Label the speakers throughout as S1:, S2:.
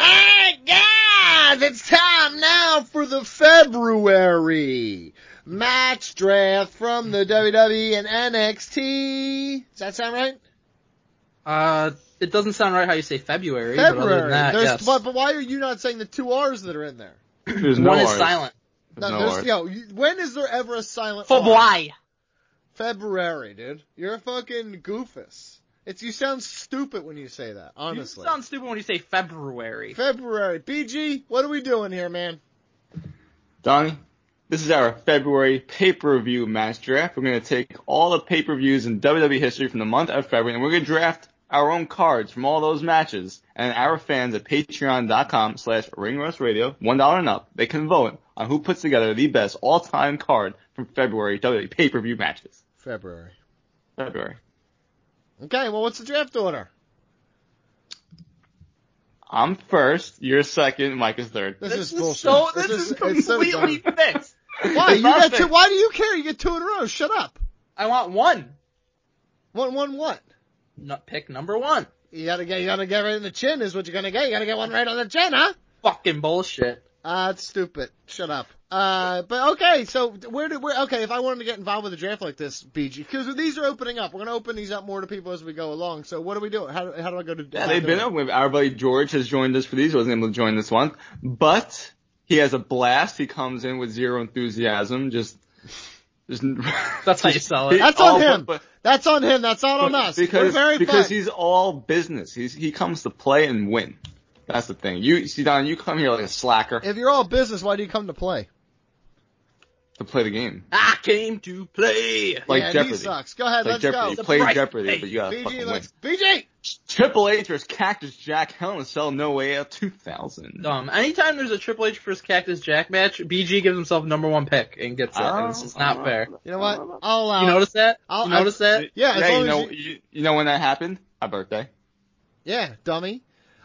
S1: Alright, guys, it's time now for the February match draft from the WWE and NXT. Does that sound right?
S2: Uh, it doesn't sound right how you say February. But other
S1: February.
S2: than that,
S1: There's-
S2: yes.
S1: but, but why are you not saying the two R's that are in there?
S3: There's no
S2: One is
S3: R's.
S2: silent.
S3: There's
S1: No,
S3: no
S1: there's,
S3: R's.
S1: yo, you- when is there ever a silent R?
S2: February.
S1: February, dude. You're a fucking goofus. It's you sound stupid when you say that,
S2: You
S1: honestly.
S2: sound stupid when you say February.
S1: February. BG, what are we doing here, man?
S3: Donnie, this is our February pay-per-view match draft. We're going to take all the pay-per-views in WWE history from the month of February, and we're going to draft our own cards from all those matches. And our fans at patreon.com slash ringrostradio, $1 and up, they can vote on who puts together the best all-time card from February WWE pay-per-view matches.
S1: February.
S3: February.
S1: Okay, well, what's the draft order?
S3: I'm first, you're second, Mike is third.
S1: This, is
S2: This
S1: bullshit.
S2: is so. This, is,
S1: it's so
S2: completely
S1: dumb.
S2: fixed.
S1: why
S3: It's
S1: you
S3: not
S1: got
S3: fixed.
S1: two? Why do you care? You get two in a row. Shut up.
S2: I want one.
S1: One, one, what?
S2: N- pick number one.
S1: You gotta get, you gotta get right in the chin is what you're gonna get. You gotta get one right on the chin, huh?
S2: Fucking bullshit.
S1: Uh, it's stupid. Shut up. Uh, but okay, so where did where? Okay, if I wanted to get involved with a draft like this, BG, because these are opening up. We're gonna open these up more to people as we go along. So what are we doing? How, do- how do I go to?
S3: Yeah, they've been up with our buddy George has joined us for these. Wasn't able to join this one, but he has a blast. He comes in with zero enthusiasm. Just, just
S2: That's how you sell it.
S1: That's
S3: all-
S1: on him.
S3: but-
S1: That's on him. That's not on
S3: but
S1: us.
S3: Because
S1: We're very
S3: because
S1: fun.
S3: he's all business. He's he comes to play and win. That's the thing. You see, Don, you come here like a slacker
S1: If you're all business, why do you come to play?
S3: to play the game,
S2: I came to play.
S3: like
S1: yeah,
S3: Jeopardy.
S1: he sucks. Go ahead.
S3: Like
S1: let's
S3: Jeopardy.
S1: go.
S3: Play
S2: Surprise.
S3: Jeopardy, but you gotta
S1: BG,
S3: fucking win.
S1: let's BG.
S3: Triple H versus Cactus Jack. Hell in a Cell. No way out. Two thousand.
S2: Um, anytime there's a Triple H versus Cactus Jack match, BG gives himself number one pick and gets it. and it's just not fair.
S1: You know what? I'll allow.
S2: You
S1: it.
S2: notice that?
S1: I'll-
S2: you notice that?
S1: Yeah, as
S3: Hey,
S1: long
S3: you know
S1: as you,
S3: you, you know when that happened? My birthday.
S1: yeah, dummy.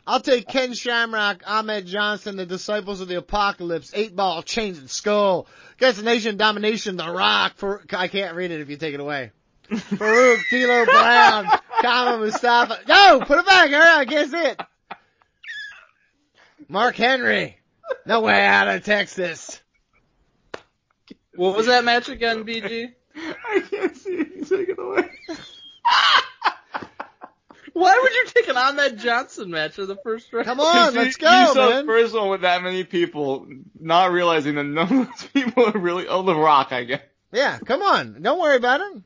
S1: I'll take Ken Shamrock, Ahmed Johnson, the Disciples of the Apocalypse, Eight Ball, Chains and Skull, Guess Nation Domination, The Rock. For I can't read it if you take it away. Farouk, D'Lo Brown, Kama Mustafa. No, put it back. All right, I guess it. Mark Henry. No way out of Texas.
S2: What was that match again, BG?
S3: I can't see it. Take it away.
S2: Why would you take an Ahmed Johnson match in the first round?
S1: Come on,
S3: You
S1: let's
S3: see- you
S1: go,
S3: saw the
S1: man.
S3: first one with that many people, not realizing that none of those people are really. Oh, The Rock, I guess.
S1: Yeah, come on. Don't worry about it.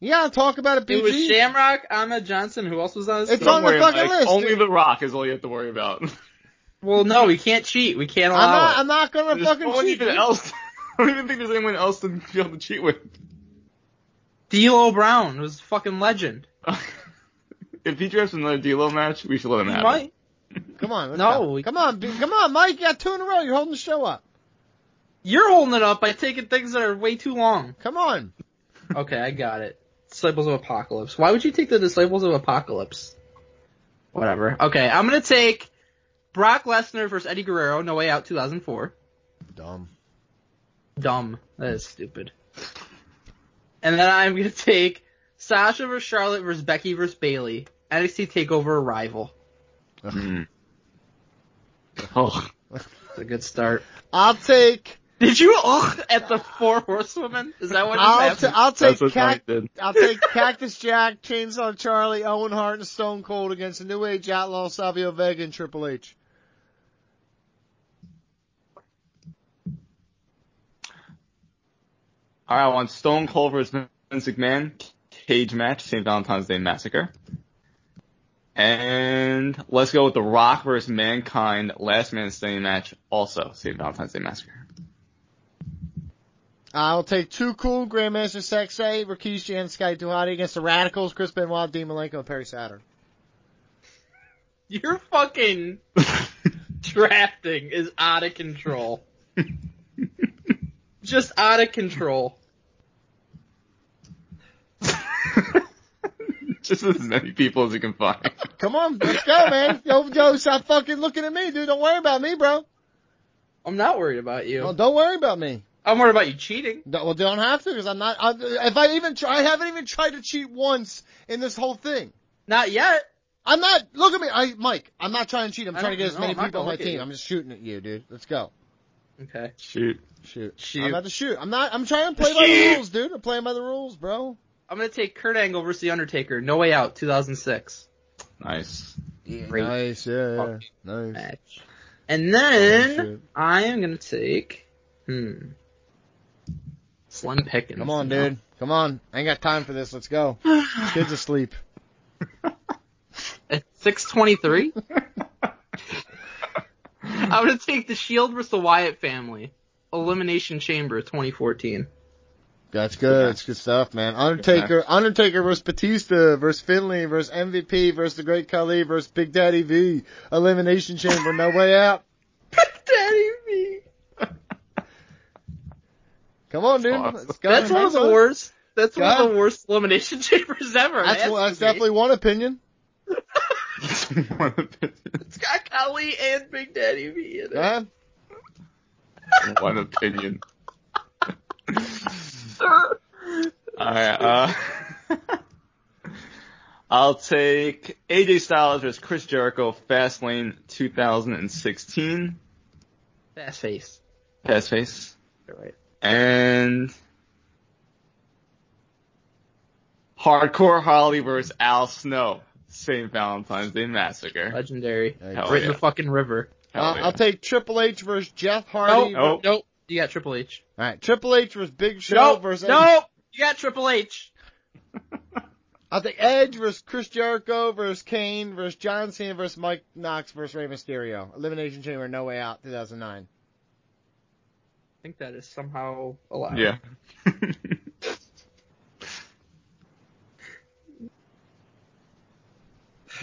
S1: You gotta talk about it, BG.
S2: It was Shamrock, Ahmed Johnson. Who else was on this?
S1: It's
S2: team?
S1: on the
S3: worry,
S1: fucking
S3: Mike.
S1: list,
S3: Only
S1: dude.
S3: The Rock is all you have to worry about.
S2: Well, no, we can't cheat. We can't
S1: I'm
S2: allow
S1: not, I'm not gonna
S3: There's
S1: fucking
S3: no one
S1: cheat.
S3: even
S1: dude.
S3: else. I don't even think there's anyone else to be able to cheat with.
S2: it. D'Lo Brown was a fucking legend.
S3: if he drafts another D'Lo match, we should let him
S2: He
S3: have it.
S2: might.
S1: Come on, let's
S2: No,
S1: go.
S2: we-
S1: come on, B- come on, Mike. You got two in a row. You're holding the show up.
S2: You're holding it up by taking things that are way too long.
S1: Come on.
S2: Okay, I got it. Disciples of Apocalypse. Why would you take the Disciples of Apocalypse? Whatever. Okay, I'm gonna take Brock Lesnar versus Eddie Guerrero, No Way Out 2004.
S1: Dumb.
S2: Dumb. That is stupid. And then I'm gonna take Sasha versus Charlotte versus Becky versus Bailey. NXT Takeover Arrival.
S3: Oh,
S2: It's a good start.
S1: I'll take
S4: Did you ugh at the four horsewomen? Is that what just
S1: I'll,
S4: happened?
S1: t- I'll take
S3: That's what
S1: Cac-
S3: Mike did.
S1: I'll take Cactus Jack, Chainsaw Charlie, Owen Hart, and Stone Cold against the New Age Outlaw, Savio Vega, and Triple H.
S3: All right, I want Stone Cold versus Vince McMahon cage match, St. Valentine's Day Massacre. And let's go with The Rock versus Mankind Last Man Standing match, also St. Valentine's Day Massacre.
S1: I'll take Too Cool, Grandmaster Sexay, Rikishi, and Sky Duhati against the Radicals, Chris Benoit, Dean Malenko, and Perry Saturn.
S4: Your fucking drafting is out of control. Just out of control.
S3: Just as many people as you can find.
S1: Come on, let's go, man. Yo, yo, stop fucking looking at me, dude. Don't worry about me, bro.
S4: I'm not worried about you.
S1: No, don't worry about me.
S4: I'm worried about you cheating.
S1: No, well, don't have to, because I'm not. I, if I even try, I haven't even tried to cheat once in this whole thing.
S4: Not yet.
S1: I'm not. Look at me, I, Mike. I'm not trying to cheat. I'm
S4: I
S1: trying to
S4: don't
S1: get as
S4: know.
S1: many
S4: I'm not
S1: people on my
S4: gonna look at
S1: team.
S4: you.
S1: I'm just shooting at you, dude. Let's go.
S4: Okay.
S3: Shoot.
S1: Shoot.
S4: Shoot.
S1: I'm about to shoot. I'm not. I'm trying to play by the rules, dude. I'm playing by the rules, bro.
S4: I'm gonna take Kurt Angle versus The Undertaker. No way out. 2006
S3: Nice.
S1: Yeah,
S4: Great.
S1: Nice. Yeah. yeah. Nice.
S4: match. And
S1: Oh,
S4: then
S1: shit.
S4: I am gonna take hmm. Slim Pickens.
S1: Come on, dude. Come on. I ain't got time for this. Let's go. Kids asleep.
S4: At 623. I'm gonna take the Shield versus the Wyatt family. Elimination Chamber 2014.
S1: That's good. That's good stuff, man. Undertaker, Undertaker versus Batista versus Finley versus MVP versus the Great Khali versus Big Daddy V. Elimination Chamber. No way out.
S4: Daddy me.
S1: Come on, dude.
S3: Awesome.
S1: Let's go.
S4: That's one of the worst. That's one
S1: God.
S4: of the worst elimination chambers ever.
S1: That's,
S4: It has
S1: one-
S4: to
S1: that's
S4: be.
S1: definitely one opinion.
S4: It's got Kali and Big Daddy V in it.
S1: Go ahead.
S3: One opinion. Alright, uh, I'll take AJ Styles versus Chris Jericho Fastlane 2016.
S4: Fast face.
S3: Pass face.
S4: You're right.
S3: And Hardcore Holly versus Al Snow. St. Valentine's Day Massacre.
S4: Legendary.
S1: Hey,
S3: Hell Oh,
S4: right in
S3: yeah.
S4: the fucking river.
S3: Hell
S1: Uh,
S3: yeah.
S1: I'll take Triple H versus Jeff
S4: Nope.
S1: Hardy.
S3: Oh.
S4: Nope. nope. You got Triple H.
S1: All right, Triple H versus Big Show
S4: Nope.
S1: versus
S4: Nope. You got Triple H.
S1: I'll take Edge versus Chris Jericho versus Kane versus John Cena versus Mike Knox versus Rey Mysterio. Elimination Chamber, No Way Out, 2009.
S4: I think that is somehow allowed.
S3: Yeah.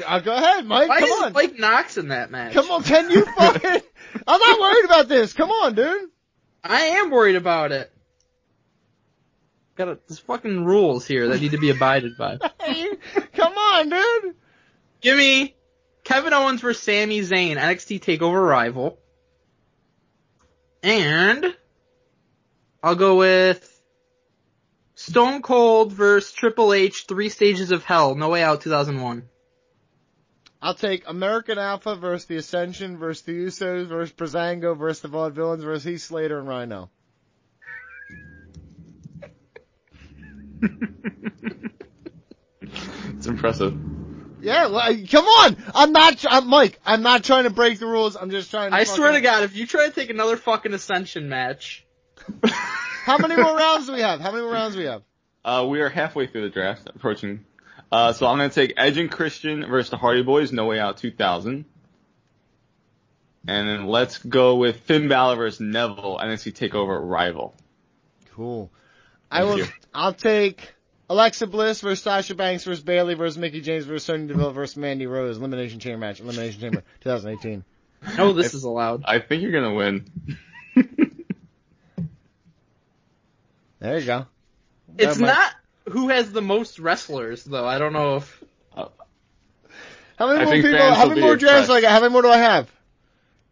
S1: Uh, go ahead, Mike.
S4: Why
S1: come
S4: is
S1: on,
S4: Mike Knox in that match?
S1: come on. Can you fucking? I'm not worried about this. Come on, dude.
S4: I am worried about it. Got a, there's fucking rules here that need to be abided by.
S1: Come on, dude.
S4: Give me Kevin Owens versus Sami Zayn, NXT Takeover rival, and I'll go with Stone Cold versus Triple H, Three Stages of Hell, No Way Out, 2001.
S1: I'll take American Alpha versus The Ascension versus The Usos versus Brazango versus The Vaudevillains versus Heath Slater and Rhino.
S3: It's impressive.
S1: Yeah, like, come on. I'm not. I'm Mike. I'm not trying to break the rules. I'm just trying. to
S4: I swear to
S1: fucking-
S4: God, if you try to take another fucking Ascension match,
S1: How many more rounds do we have? How many more rounds do we have?
S3: Uh, we are halfway through the draft, approaching. Uh, so I'm gonna take Edge and Christian versus the Hardy Boys, No Way Out 2000. And then let's go with Finn Balor versus Neville, NXT Takeover Rival.
S1: Cool. I
S3: Thank
S1: will.
S3: you.
S1: I'll take Alexa Bliss versus Sasha Banks versus Bailey versus Mickey James versus Sonya Deville versus Mandy Rose. Elimination Chamber match. Elimination Chamber 2018.
S4: I know this is allowed.
S3: I think you're gonna win.
S1: There you go.
S4: It's
S1: might-
S4: not who has the most wrestlers, though. I don't know if
S1: How many
S3: I
S1: more
S3: think
S1: people?
S3: fans
S1: How
S3: will
S1: many
S3: be
S1: more drafts? do I
S3: impressed.
S1: got? How many more do I have?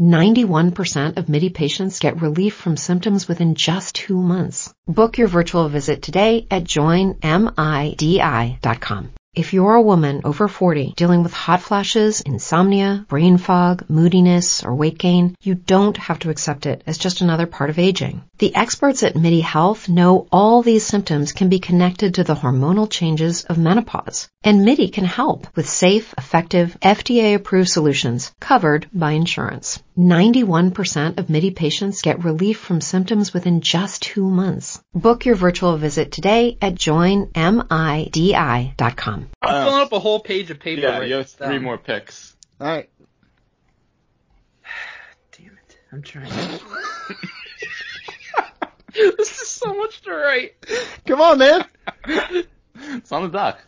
S5: 91% of MIDI patients get relief from symptoms within just two months. Book your virtual visit today at joinmidi.com. If you're a woman over 40 dealing with hot flashes, insomnia, brain fog, moodiness, or weight gain, you don't have to accept it as just another part of aging. The experts at MIDI Health know all these symptoms can be connected to the hormonal changes of menopause, and MIDI can help with safe, effective, FDA-approved solutions covered by insurance. 91% of MIDI patients get relief from symptoms within just two months. Book your virtual visit today at joinmidi.com.
S4: I'm
S1: Oh.
S3: Um,
S4: filling up a whole page of paper.
S3: Yeah,
S4: right
S3: you have
S4: now.
S3: three more picks.
S1: All right.
S4: Damn it! I'm trying. this is so much to write.
S1: Come on, man.
S3: It's on the dock.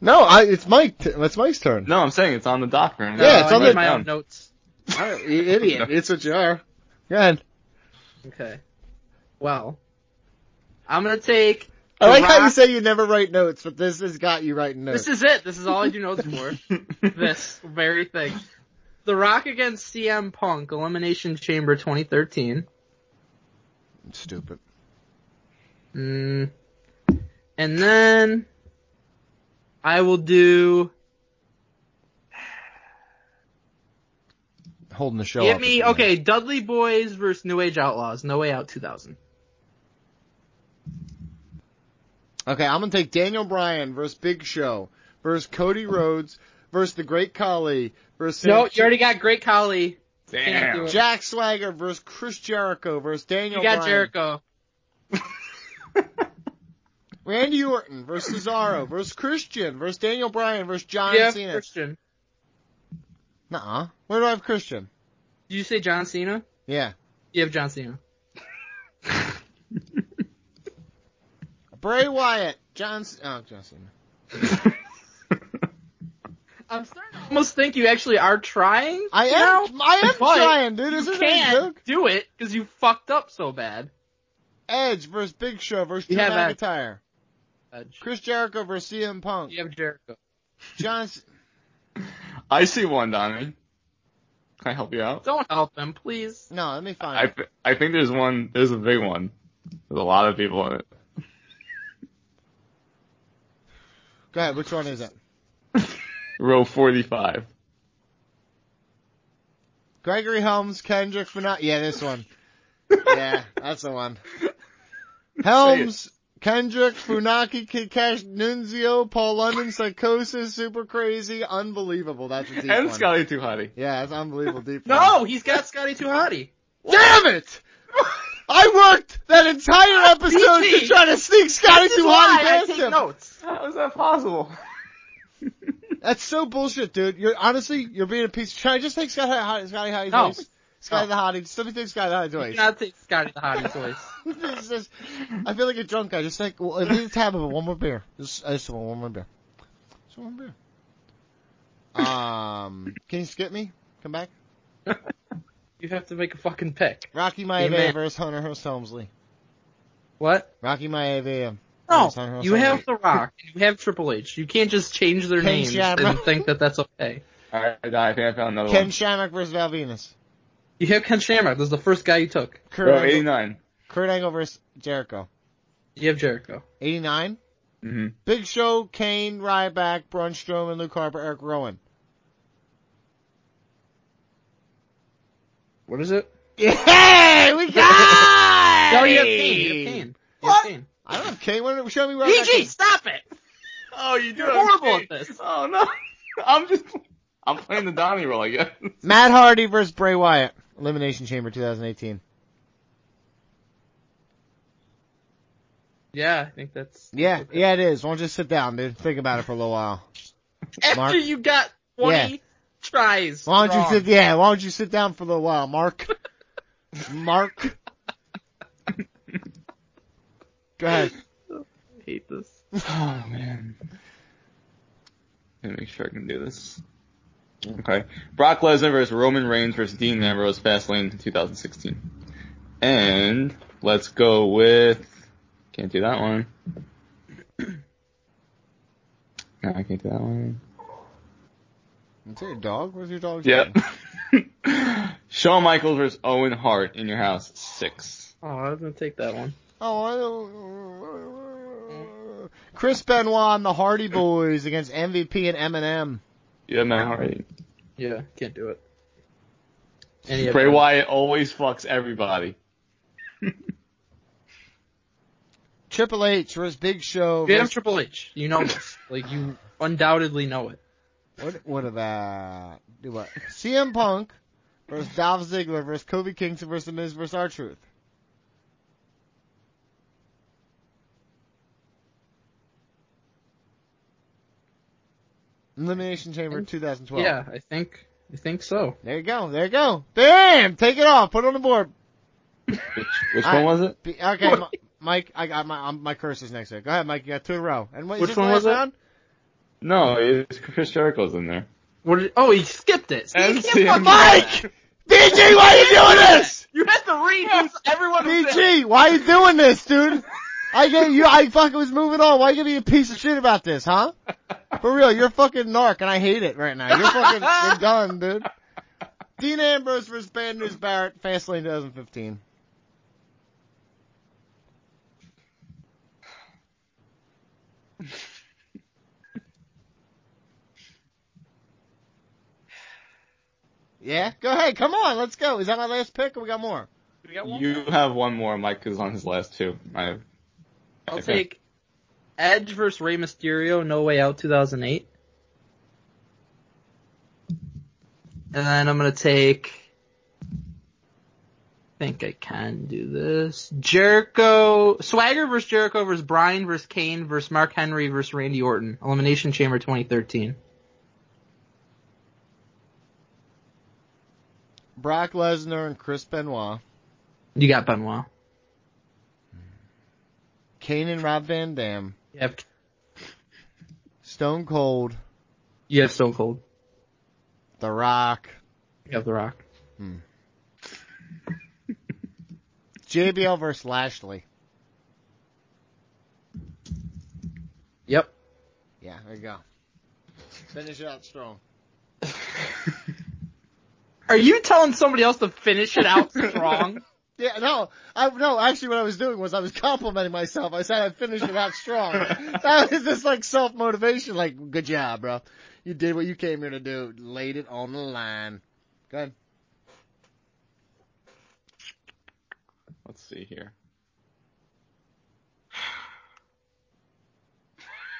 S1: No, I, it's Mike. t- It's Mike's turn.
S3: No, I'm saying it's on the dock, man.
S1: Yeah, it's
S4: I
S1: on
S4: need
S1: the-
S4: my own
S3: down.
S4: notes.
S1: All right, you idiot. It's what you are. Go ahead.
S4: Okay. Well, I'm gonna take.
S1: I like how you
S4: Rock-
S1: say you never write notes, but this has got you writing notes.
S4: This is it. This is all I do notes for. this very thing. The Rock against CM Punk Elimination Chamber 2013.
S1: stupid.
S4: Mm. And then I will do.
S1: Holding the show
S4: Give
S1: up.
S4: me okay. Dudley Boys versus New Age Outlaws. No Way Out 2000.
S1: Okay, I'm gonna take Daniel Bryan versus Big Show versus Cody Rhodes versus the Great Khali versus
S4: No, you already got Great Khali. Can't do
S3: Damn.
S4: it.
S1: Jack Swagger versus Chris Jericho versus Daniel
S4: You got
S1: Bryan.
S4: Jericho.
S1: Randy Orton versus Cesaro versus Christian versus Daniel Bryan versus John
S4: Yeah,
S1: Cena.
S4: Christian.
S1: Nuh-uh. Where do I have Christian?
S4: Did you say John Cena?
S1: Yeah.
S4: You have John Cena.
S1: Bray Wyatt, John, C- oh, John Cena.
S4: I'm starting to almost think you actually are trying.
S1: I
S4: now,
S1: am, I am
S4: but
S1: trying, dude. This
S4: You
S1: isn't a
S4: can't
S1: joke.
S4: do it because you fucked up so bad.
S1: Edge versus Big Show versus Drew
S4: You have Edge.
S1: McIntyre.
S4: Edge.
S1: Chris Jericho versus CM Punk.
S4: You have Jericho.
S1: John, C-
S3: I see one, Donnie. Can I help you out?
S4: Don't help him, please.
S1: no, let me find
S3: I,
S1: it.
S3: th- I think there's one, there's a big one. There's a lot of people in it.
S1: Go ahead. Which one is it?
S3: Row 45.
S1: Gregory Helms, Kendrick Funaki. Yeah, this one. yeah, that's the one. Helms, Kendrick, Funaki, Kid Cash, Nunzio, Paul London, Psychosis, Super Crazy, Unbelievable. That's a deep
S3: and
S1: one.
S3: Scotty Too Hottie.
S1: Yeah, that's unbelievable deep. one.
S4: No, he's got Scotty Too Hotty.
S1: Damn it! I worked that entire episode to
S4: BT.
S1: try to sneak Scotty
S4: This is
S1: too
S4: why
S1: hard
S4: I
S1: past
S4: take
S1: him.
S4: notes.
S3: How is that possible?
S1: That's so bullshit, dude. You're honestly, you're being a piece. Should I just take Scotty Hottie? Scotty Hottie's
S4: No.
S1: voice. Scotty the Hottie. Just let me take Scotty the Hottie
S4: You
S1: voice.
S4: cannot take Scotty the Hottie voice.
S1: It's just- I feel like a drunk guy. Just like, well, I need a tab of it. One more beer. Just, I just want one more beer. Just one more beer. Um, can you skip me? Come back.
S4: You have to make a fucking pick.
S1: Rocky Maivia
S4: Amen.
S1: versus Hunter Hearst Helmsley.
S4: What?
S1: Rocky Maivia.
S4: No,
S1: Yes, I know
S4: you
S1: something.
S4: have The Rock, and you have Triple H. You can't just change their
S1: Ken
S4: names
S1: Shamrock.
S4: and think that that's okay.
S3: Alright, I think I found
S4: Oh.
S3: another
S1: Ken
S3: one.
S1: Shamrock versus Val Venus.
S4: You have Ken Shamrock. That's the first guy you took.
S1: Kurt,
S3: Row
S1: Angle,
S3: 89.
S1: Kurt Angle versus Jericho.
S4: You have Jericho.
S1: 89.
S3: hmm
S1: Big Show, Kane, Ryback, Braun Strowman, Luke Harper, Eric Rowan.
S4: What is it?
S1: Yeah, we got
S4: No, you have Kane. You have Kane. You have
S1: What?
S4: Kane.
S1: I don't have Kane. What- Show me where I got
S4: PG,
S1: Kane.
S4: stop it!
S3: Oh, you do
S4: You're
S3: have
S4: horrible
S3: Kane.
S4: at this.
S3: Oh no. I'm just, I'm playing the Donnie role, I guess.
S1: Matt Hardy versus Bray Wyatt, Elimination Chamber 2018.
S4: Yeah, I think that's.
S1: Yeah, yeah, it is. Won't just sit down, dude. Think about it for a little while.
S4: After
S1: Mark-
S4: you got 20 tries.
S1: Why don't you
S4: wrong.
S1: sit? Yeah, why don't you sit down for a little while, Mark? Mark. Go ahead.
S4: hate this.
S3: Oh man. Let me make sure I can do this. Okay. Brock Lesnar versus Roman Reigns versus Dean Ambrose Fastlane 2016. And let's go with can't do that one. No, I can't do that one.
S1: Is that your dog? Where's your dog?
S3: Yep. Shawn Michaels versus Owen Hart in your house six.
S4: Oh, I was gonna take that one.
S1: Oh, I don't. Chris Benoit and the Hardy Boys against MVP and Eminem.
S3: Yeah, man. All right.
S4: Yeah, can't do it. Any
S3: Bray
S4: of them.
S3: Wyatt always fucks everybody.
S1: Triple H versus Big Show.
S4: Damn
S1: versus-
S4: Triple H. You know this. Like you undoubtedly know it.
S1: what? What of that? Do what? CM Punk versus Dolph Ziggler versus Kobe Kingston versus The Miz versus R Truth. Elimination Chamber 2012.
S4: Yeah, I think I think so.
S1: There you go. There you go. Bam! Take it off. Put it on the board.
S3: Which, which
S1: I-
S3: one was it?
S1: Be- Okay, Mi- Mike, I got my um, my curses next week. Go ahead, Mike. You got two in a row. And what, is
S4: Which
S1: this
S4: one
S1: the last
S4: was it?
S1: round?
S3: No, it's Chris Jericho's in there.
S4: What? Did, oh, he skipped it. See,
S3: And
S4: you can't
S3: CM
S4: fucking do
S3: Mike!
S4: that.
S1: BG, why are you doing this?
S4: You had to read who's- everyone. who's in it.
S1: BG, why are you doing this, dude? I gave you, I fucking was moving on. Why you giving me a piece of shit about this, huh? For real, you're a fucking narc and I hate it right now. You're fucking, you're done, dude. Dean Ambrose versus Bad News Barrett, Fastlane 2015. Yeah, go ahead, come on, let's go. Is that my last pick or we got more?
S3: You have one more. Mike is on his last two. I,
S4: I'll
S3: Okay.
S4: take Edge versus Rey Mysterio, No Way Out 2008. And then I'm gonna take, I think I can do this. Jericho, Swagger versus Jericho versus Bryan versus Kane versus Mark Henry versus Randy Orton. Elimination Chamber 2013.
S1: Brock Lesnar and Chris Benoit,
S4: You got Benoit.
S1: Kane and Rob Van Dam,
S4: You have,
S1: Stone Cold,
S4: you have Stone Cold.
S1: The Rock,
S4: You have The Rock.
S1: JBL versus Lashley.
S4: Yep.
S1: Yeah, there you go. Finish it out strong.
S4: Are you telling somebody else to finish it out strong?
S1: Yeah, no, I no. Actually, what I was doing was I was complimenting myself. I said I finished it out strong. that was just like self motivation. Like, good job, bro. You did what you came here to do. Laid it on the line. Go ahead.
S3: let's see here.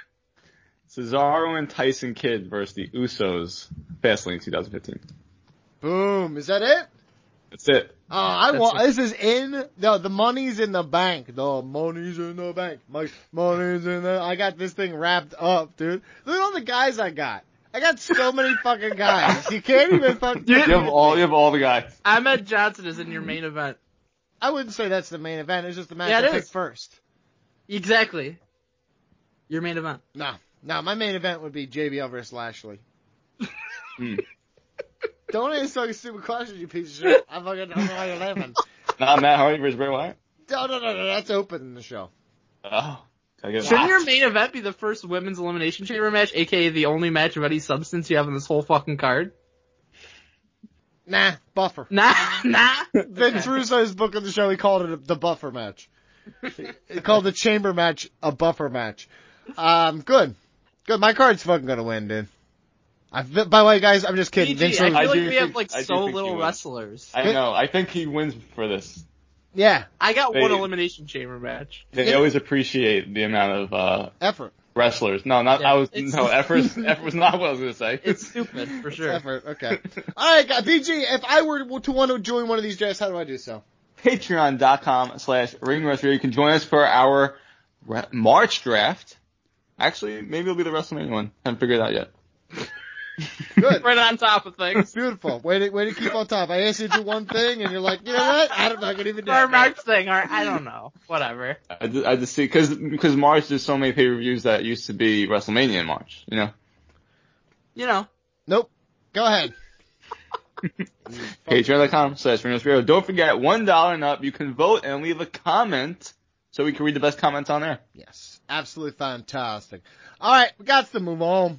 S3: Cesaro and Tyson Kidd versus the Usos, Fastlane 2015.
S1: Boom. Is that it?
S3: That's it.
S1: Oh, I
S4: That's
S1: want.
S4: it.
S1: This is in no. The money's in the bank. The money's in the bank. My money's in the. I got this thing wrapped up, dude. Look at all the guys I got. I got so many fucking guys. You can't even fucking.
S3: You have all, you have all the guys.
S4: Ahmed Johnson is in your main event.
S1: I wouldn't say that's the main event. It's just the match
S4: Yeah,
S1: I
S4: it
S1: picked
S4: is.
S1: first.
S4: Exactly. Your main event.
S1: No, no. My main event would be JBL versus Lashley.
S3: Hmm.
S1: Don't ask fucking stupid questions, you piece of shit. I fucking don't know why you're laughing.
S3: Not Matt Hardy versus Bray Wyatt.
S1: No, no, no, no. That's open in the show.
S3: Oh, I get
S4: Shouldn't your main event be the first women's elimination chamber match, aka the only match of any substance you have on this whole fucking card?
S1: Nah, buffer.
S4: Nah, nah.
S1: Vince Russo's book on the show, he called it a, the buffer match. he called the chamber match a buffer match. Um, good. Good. My card's fucking gonna win, dude. I, by the way, guys, I'm just kidding.
S4: PG,
S1: Vince
S4: I
S1: Russo,
S4: feel
S3: I
S4: like
S3: do
S4: we have
S3: think-
S4: like
S3: I do
S4: so
S3: think you
S4: little
S3: would.
S4: wrestlers. I,
S3: I know. I think he wins for this.
S1: yeah,
S4: got
S3: They-
S4: one elimination chamber match.
S3: They
S1: Yeah.
S3: always appreciate the amount of uh,
S1: effort.
S3: wrestlers. No, not
S4: Yeah,
S3: I was.
S4: it's-
S3: No, efforts. effort was not what I was gonna say.
S4: It's stupid for sure.
S1: Effort. Okay. Alright, guys, BG, if I were to want to join one of these drafts, how do I do so?
S3: patreon.com slash ring wrestler. You can join us for our re- March draft. Actually, maybe it'll be the WrestleMania one. Haven't figured it out yet.
S1: Good.
S4: right on top of things.
S1: Beautiful. Way to, way to keep on top. I asked you to do one thing and you're like, you know what? I'm not going to even do
S4: Or
S1: it.
S4: March thing, or I don't know. Whatever.
S3: I just, I just see because because March there's so many pay per views that used to be WrestleMania in March. You know,
S4: You know.
S1: Nope. Go ahead.
S3: patreon.com slash Reno Spiro. Don't forget one dollar and up. You can vote and leave a comment so we can read the best comments on there.
S1: Yes. Absolutely fantastic. All right. We got to move on.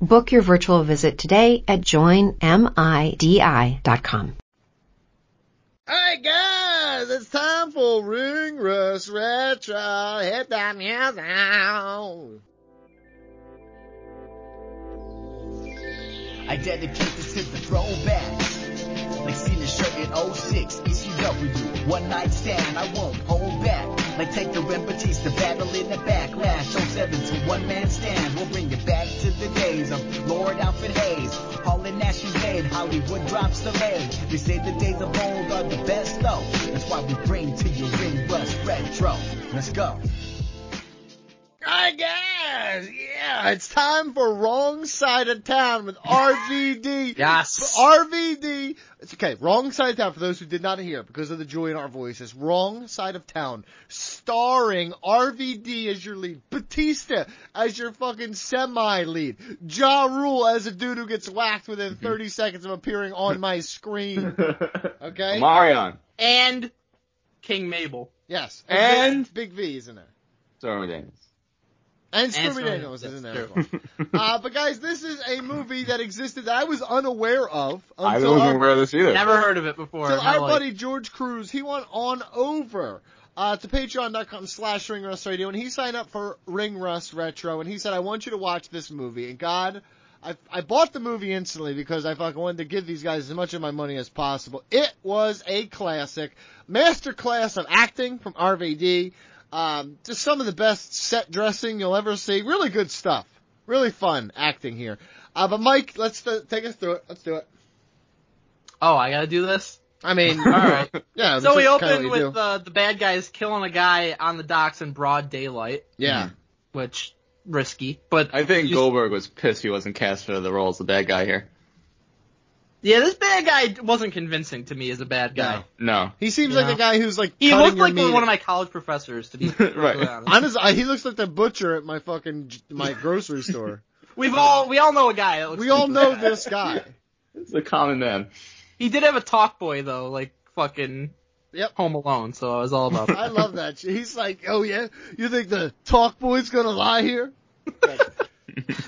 S5: Book your virtual visit today at joinmidi.com.
S1: All right, guys, it's time for Ring Rust Retro. Hit that music.
S6: I dedicate this to the throwback. Like Cena shirt in 06, ECW, one night stand, I won't hold back. Like take the and Batista, battle in the backlash, 07 to one man stand. We'll bring it back to the days of Lord Alfred Hayes, Hall and Nash and Blade, Hollywood drops the lead. They say the days of old are the best though, that's why we bring to you Ring Rust Retro. Let's go.
S1: I guess, yeah, it's time for Wrong Side of Town with RVD.
S2: Yes.
S1: RVD. It's okay. Wrong Side of Town, for those who did not hear, because of the joy in our voices, Wrong Side of Town, starring RVD as your lead, Batista as your fucking semi-lead, Ja Rule as a dude who gets whacked within
S3: Mm-hmm.
S1: 30 seconds of appearing on my screen. Okay?
S3: Marion.
S2: And King Mabel.
S1: Yes.
S3: And-
S1: Big V is in there.
S3: Sorry, Daniels.
S1: And
S2: And
S1: Stormy
S2: Stormy
S1: Daniels is in there as
S2: Daniels,
S1: well. Uh, but guys, this is a movie that existed that I was unaware of
S3: I
S1: until
S3: wasn't
S1: our,
S3: aware of this either.
S2: Never heard of it before.
S1: until
S2: in my
S1: our
S2: life.
S1: buddy George Cruz, he went on over uh, to patreon.com slash Ring Rust Radio and he signed up for Ring Rust Retro and he said, I want you to watch this movie. And God, I, I bought the movie instantly because I fucking wanted to give these guys as much of my money as possible. It was a classic. Masterclass of acting from RVD. Um, just some of the best set dressing you'll ever see. Really good stuff. Really fun acting here. Uh, but Mike, let's th- take us through it. Let's do it.
S2: Oh, I gotta do this?
S1: I mean,
S2: Alright.
S1: yeah.
S2: so
S1: this
S2: we
S1: is kinda what
S2: open
S1: you
S2: with
S1: do.
S2: uh, the bad guys killing a guy on the docks in broad daylight,
S1: yeah.
S2: which risky, but
S3: Mm-hmm. I think
S2: you-
S3: Goldberg was pissed he wasn't cast for the role as the bad guy here.
S2: yeah, this bad guy wasn't convincing to me as a bad guy.
S1: No.
S3: No.
S1: He seems
S2: You
S1: like a
S2: know?
S1: guy who's like
S2: He
S1: cutting
S2: looked
S1: your
S2: like
S1: meat.
S2: one of my college professors, to be
S3: Right.
S2: perfectly honest.
S1: Honestly, I- he looks like the butcher at my fucking j- my grocery store.
S2: We've all we all know a guy. That looks
S1: we
S2: like
S1: all
S2: that.
S1: know this guy.
S3: It's a common man.
S2: He did have a talk boy though, like fucking
S1: Yep.
S2: Home Alone, so I was all about
S1: I
S2: that.
S1: love that. shit. He's like, oh yeah, you think the talk boy's gonna lie here?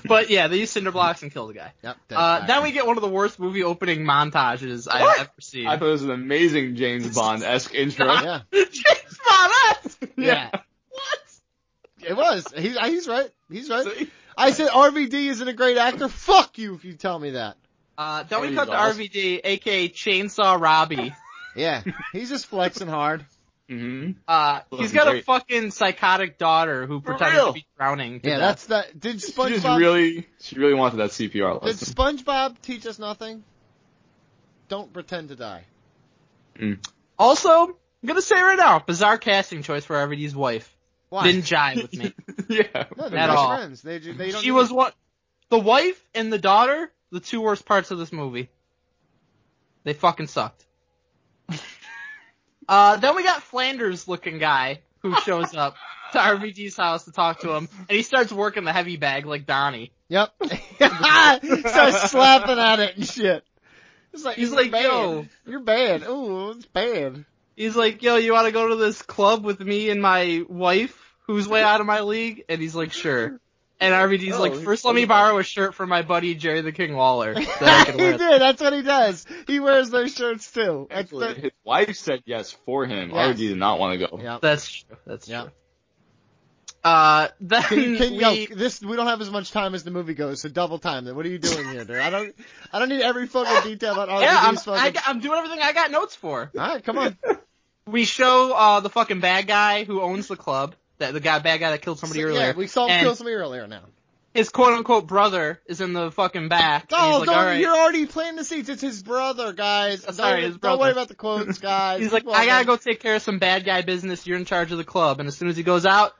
S2: but yeah, they used cinder blocks and killed a guy.
S1: Yep.
S2: Uh, then we get one of the worst movie opening montages I've ever seen.
S3: I thought it was an amazing James Bond esque intro.
S1: Oh, yeah,
S2: James Bond us!
S1: yeah,
S2: What?
S1: it was. He's he's right. He's right.
S2: See?
S1: I said RVD isn't a great actor. Fuck you if you tell me that.
S2: Uh, then we
S3: Hey,
S2: cut to
S3: boss.
S2: RVD, aka Chainsaw Robbie.
S1: Yeah, he's just flexing hard.
S3: hmm
S2: Uh,
S3: Looking
S2: he's got a
S3: great.
S2: fucking psychotic daughter who pretended
S3: real?
S2: to be drowning. to
S1: Yeah,
S2: death.
S1: that's that. Did
S3: She just
S1: SpongeBob?
S3: really, she really wanted that CPR
S1: Did
S3: lesson.
S1: SpongeBob teach us nothing? Don't pretend to die.
S3: Mm.
S4: Also, I'm gonna say right now, bizarre casting choice for Everdy's wife.
S1: Why?
S4: Didn't jive with me.
S3: yeah.
S1: no, they're
S4: at
S1: best
S4: all.
S1: friends. They, ju- they don't
S4: she
S1: need-
S4: was what the wife and the daughter, the two worst parts of this movie. They fucking sucked. uh, then we got Flanders looking guy who shows up to RVG's house to talk to him, and he starts working the heavy bag like Donnie.
S1: Yep. Starts slapping at it and shit. It's like,
S4: He's
S1: you're
S4: like,
S1: bad.
S4: yo.
S1: You're bad. Ooh, it's bad.
S4: He's like, yo, you wanna go to this club with me and my wife, who's way out of my league? And he's like, sure. And RVD's
S3: Oh,
S4: like,
S3: he's
S4: first let me
S3: funny.
S4: borrow a shirt from my buddy Jerry the King Waller that I
S1: he
S4: can wear.
S1: did. That's what he does. He wears those shirts too. That's
S3: Actually,
S1: the-
S3: his wife said yes for him.
S1: Yes.
S3: RG did not want to go.
S1: yeah.
S4: That's true. That's
S1: Yeah.
S4: true. Uh, then
S1: Can you, can,
S4: we,
S1: yo, this we don't have as much time as the movie goes, so double time. it. What are you doing here, dude? I don't, I don't need every fucking detail on all
S4: yeah, I'm,
S1: these
S4: I,
S1: fucking.
S4: got- I'm doing everything I got notes for.
S1: All right, come on.
S4: We show uh the fucking bad guy who owns the club, that the guy bad guy that killed somebody
S1: So,
S4: earlier.
S1: Yeah, we saw him
S4: and
S1: kill somebody earlier now.
S4: His quote unquote brother is in the fucking back. and
S1: Oh,
S4: he's like,
S1: don't,
S4: "All right."
S1: you're already planting the seeds. It's his brother, guys. Don't,
S4: Sorry, his
S1: don't worry
S4: brother.
S1: about the quotes, guys.
S4: He's like,
S1: Well,
S4: I gotta
S1: then-
S4: go take care of some bad guy business. You're in charge of the club, and as soon as he goes out,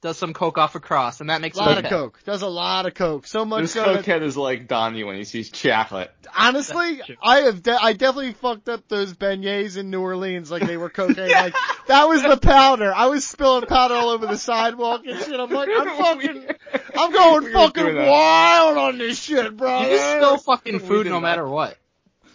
S4: does some coke off a cross, and that makes
S1: A lot
S4: him
S1: of
S4: okay.
S1: coke. Does a lot of coke. So much
S3: This
S1: so that-
S3: cokehead is like Donnie when he sees chocolate.
S1: honestly,
S4: That's true.
S1: I have de- I definitely fucked up those beignets in New Orleans like they were cocaine. Like that was the powder. I was spilling powder all over the sidewalk and shit. I'm like, I'm fucking, I'm
S3: We
S1: going
S3: were doing
S1: fucking
S3: that.
S1: wild on this shit, bro.
S4: You just spill fucking
S3: We
S4: food
S3: did
S4: no
S3: not.
S4: matter what.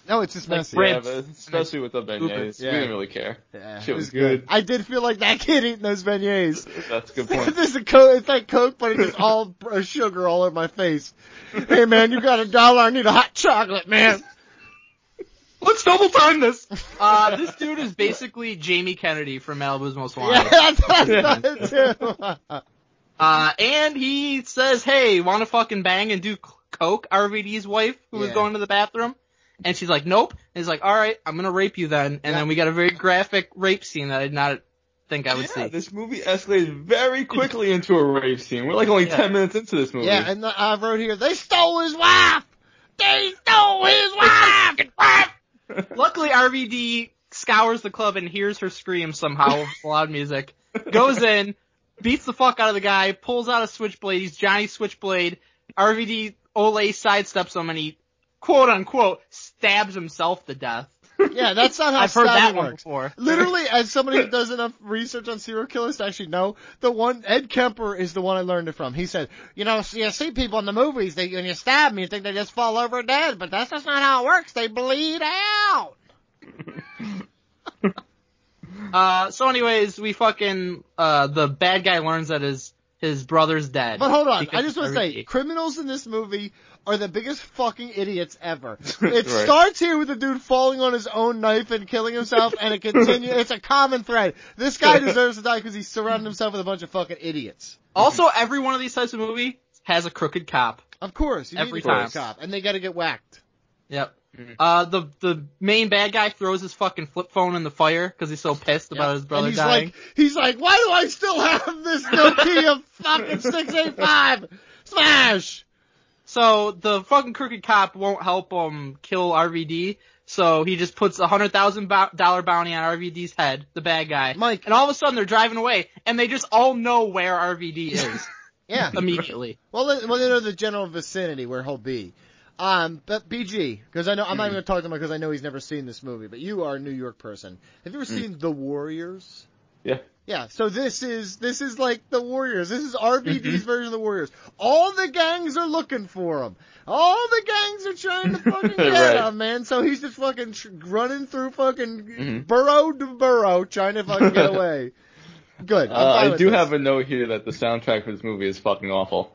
S1: no, it's just
S4: Like
S1: messy.
S4: bread.
S3: Yeah, but especially with the beignets,
S1: Yeah.
S3: we didn't really care.
S1: Yeah,
S3: Shit
S1: it
S3: was
S1: was good.
S3: good.
S1: I did feel like that kid eating those beignets.
S3: That's a good point.
S1: this is coke. It's like coke, but it's just all br- uh, sugar all over my face. Hey man, you got a dollar? I need a hot chocolate, man.
S4: Let's double time this. Uh, this dude is basically Jamie Kennedy from Malibu's Most
S1: Yeah,
S4: Wanted.
S1: that's what I thought too.
S4: Uh, and he says, "Hey, want to fucking bang and do c- coke?" RVD's wife, who was
S1: Yeah.
S4: going to the bathroom, and she's like, "Nope." And he's like, "All right, I'm gonna rape you then." And
S1: Yeah.
S4: then we got a very graphic rape scene that I did not think I would
S3: Yeah,
S4: see.
S3: this movie escalated very quickly into a rape scene. We're like only
S4: Yeah.
S3: 10 minutes into this movie.
S1: Yeah, and the, I wrote here, they stole his wife! They stole his wife! wife!
S4: Luckily, RVD scours the club and hears her scream somehow with loud music. Goes in, beats the fuck out of the guy, pulls out a switchblade. He's Johnny Switchblade. RVD Ole sidesteps him and he, quote unquote, stabs himself to death.
S1: Yeah, that's not how
S4: I've heard that
S1: stabbing
S4: one
S1: works.
S4: before.
S1: Literally, as somebody who does enough research on serial killers to actually know, the one, Ed Kemper is the one I learned it from. He said, you know, so you see people in the movies, they, when you stab them, you think they just fall over dead, but that's just not how it works. They bleed out.
S4: Uh, so anyways, we fucking, uh, the bad guy learns that his, his brother's dead.
S1: But hold on,
S4: Because
S1: I just want to say,
S4: RVD.
S1: criminals in this movie are the biggest fucking idiots ever. It
S3: Right.
S1: starts here with the dude falling on his own knife and killing himself, and it continues. It's a common thread. This guy deserves to die because he's surrounded himself with a bunch of fucking idiots.
S4: Also, every one of these types of movie has a crooked cop.
S1: Of course, you
S4: Every
S1: need to be a
S4: time.
S1: cop, and they got to get whacked.
S4: Yep.
S1: Mm-hmm.
S4: Uh, the the main bad guy throws his fucking flip phone in the fire because he's so pissed about his brother
S1: and he's
S4: dying.
S1: like, he's like, why do I still have this Nokia fucking six eight five? Smash.
S4: So the fucking crooked cop won't help him kill RVD. So he just puts a hundred thousand dollar bounty on RVD's head, the bad guy.
S1: Mike.
S4: And all of a sudden they're driving away, and they just all know where RVD is
S1: Yeah.
S4: immediately.
S1: Well, they- well, they know the general vicinity where he'll be. Um, but BG, because I know I'm not even going to talk to him because I know he's never seen this movie. But you are a New York person. Have you ever seen The Warriors?
S3: Yeah.
S1: Yeah. So this is this is like The Warriors. This is RVD's version of The Warriors. All the gangs are looking for him. All the gangs are trying to fucking get
S3: Right.
S1: him, man. So he's just fucking tr- running through fucking
S3: Mhm.
S1: burrow to burrow trying to fucking get away. Good. I'm
S3: Uh,
S1: fine
S3: I
S1: with
S3: do
S1: this.
S3: have a note here that the soundtrack for this movie is fucking awful.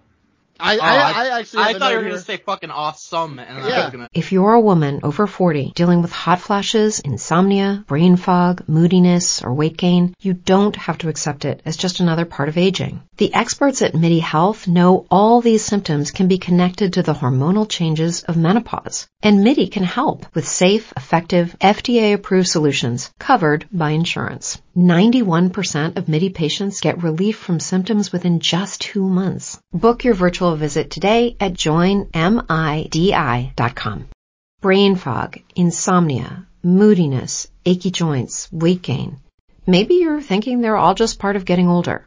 S1: I, I,
S4: I-
S1: I actually.
S4: I
S1: have a
S4: thought you
S1: note
S4: were gonna
S1: here.
S4: say fucking off some, and I
S1: Yeah.
S4: was gonna.
S5: If you're a woman over 40 dealing with hot flashes, insomnia, brain fog, moodiness, or weight gain, you don't have to accept it as just another part of aging. The experts at MIDI Health know all these symptoms can be connected to the hormonal changes of menopause, and MIDI can help with safe, effective, FDA-approved solutions covered by insurance. 91% of MIDI patients get relief from symptoms within just two months. Book your virtual visit today at joinmidi.com. brain fog, insomnia, moodiness, achy joints, weight gain. Maybe you're thinking they're all just part of getting older.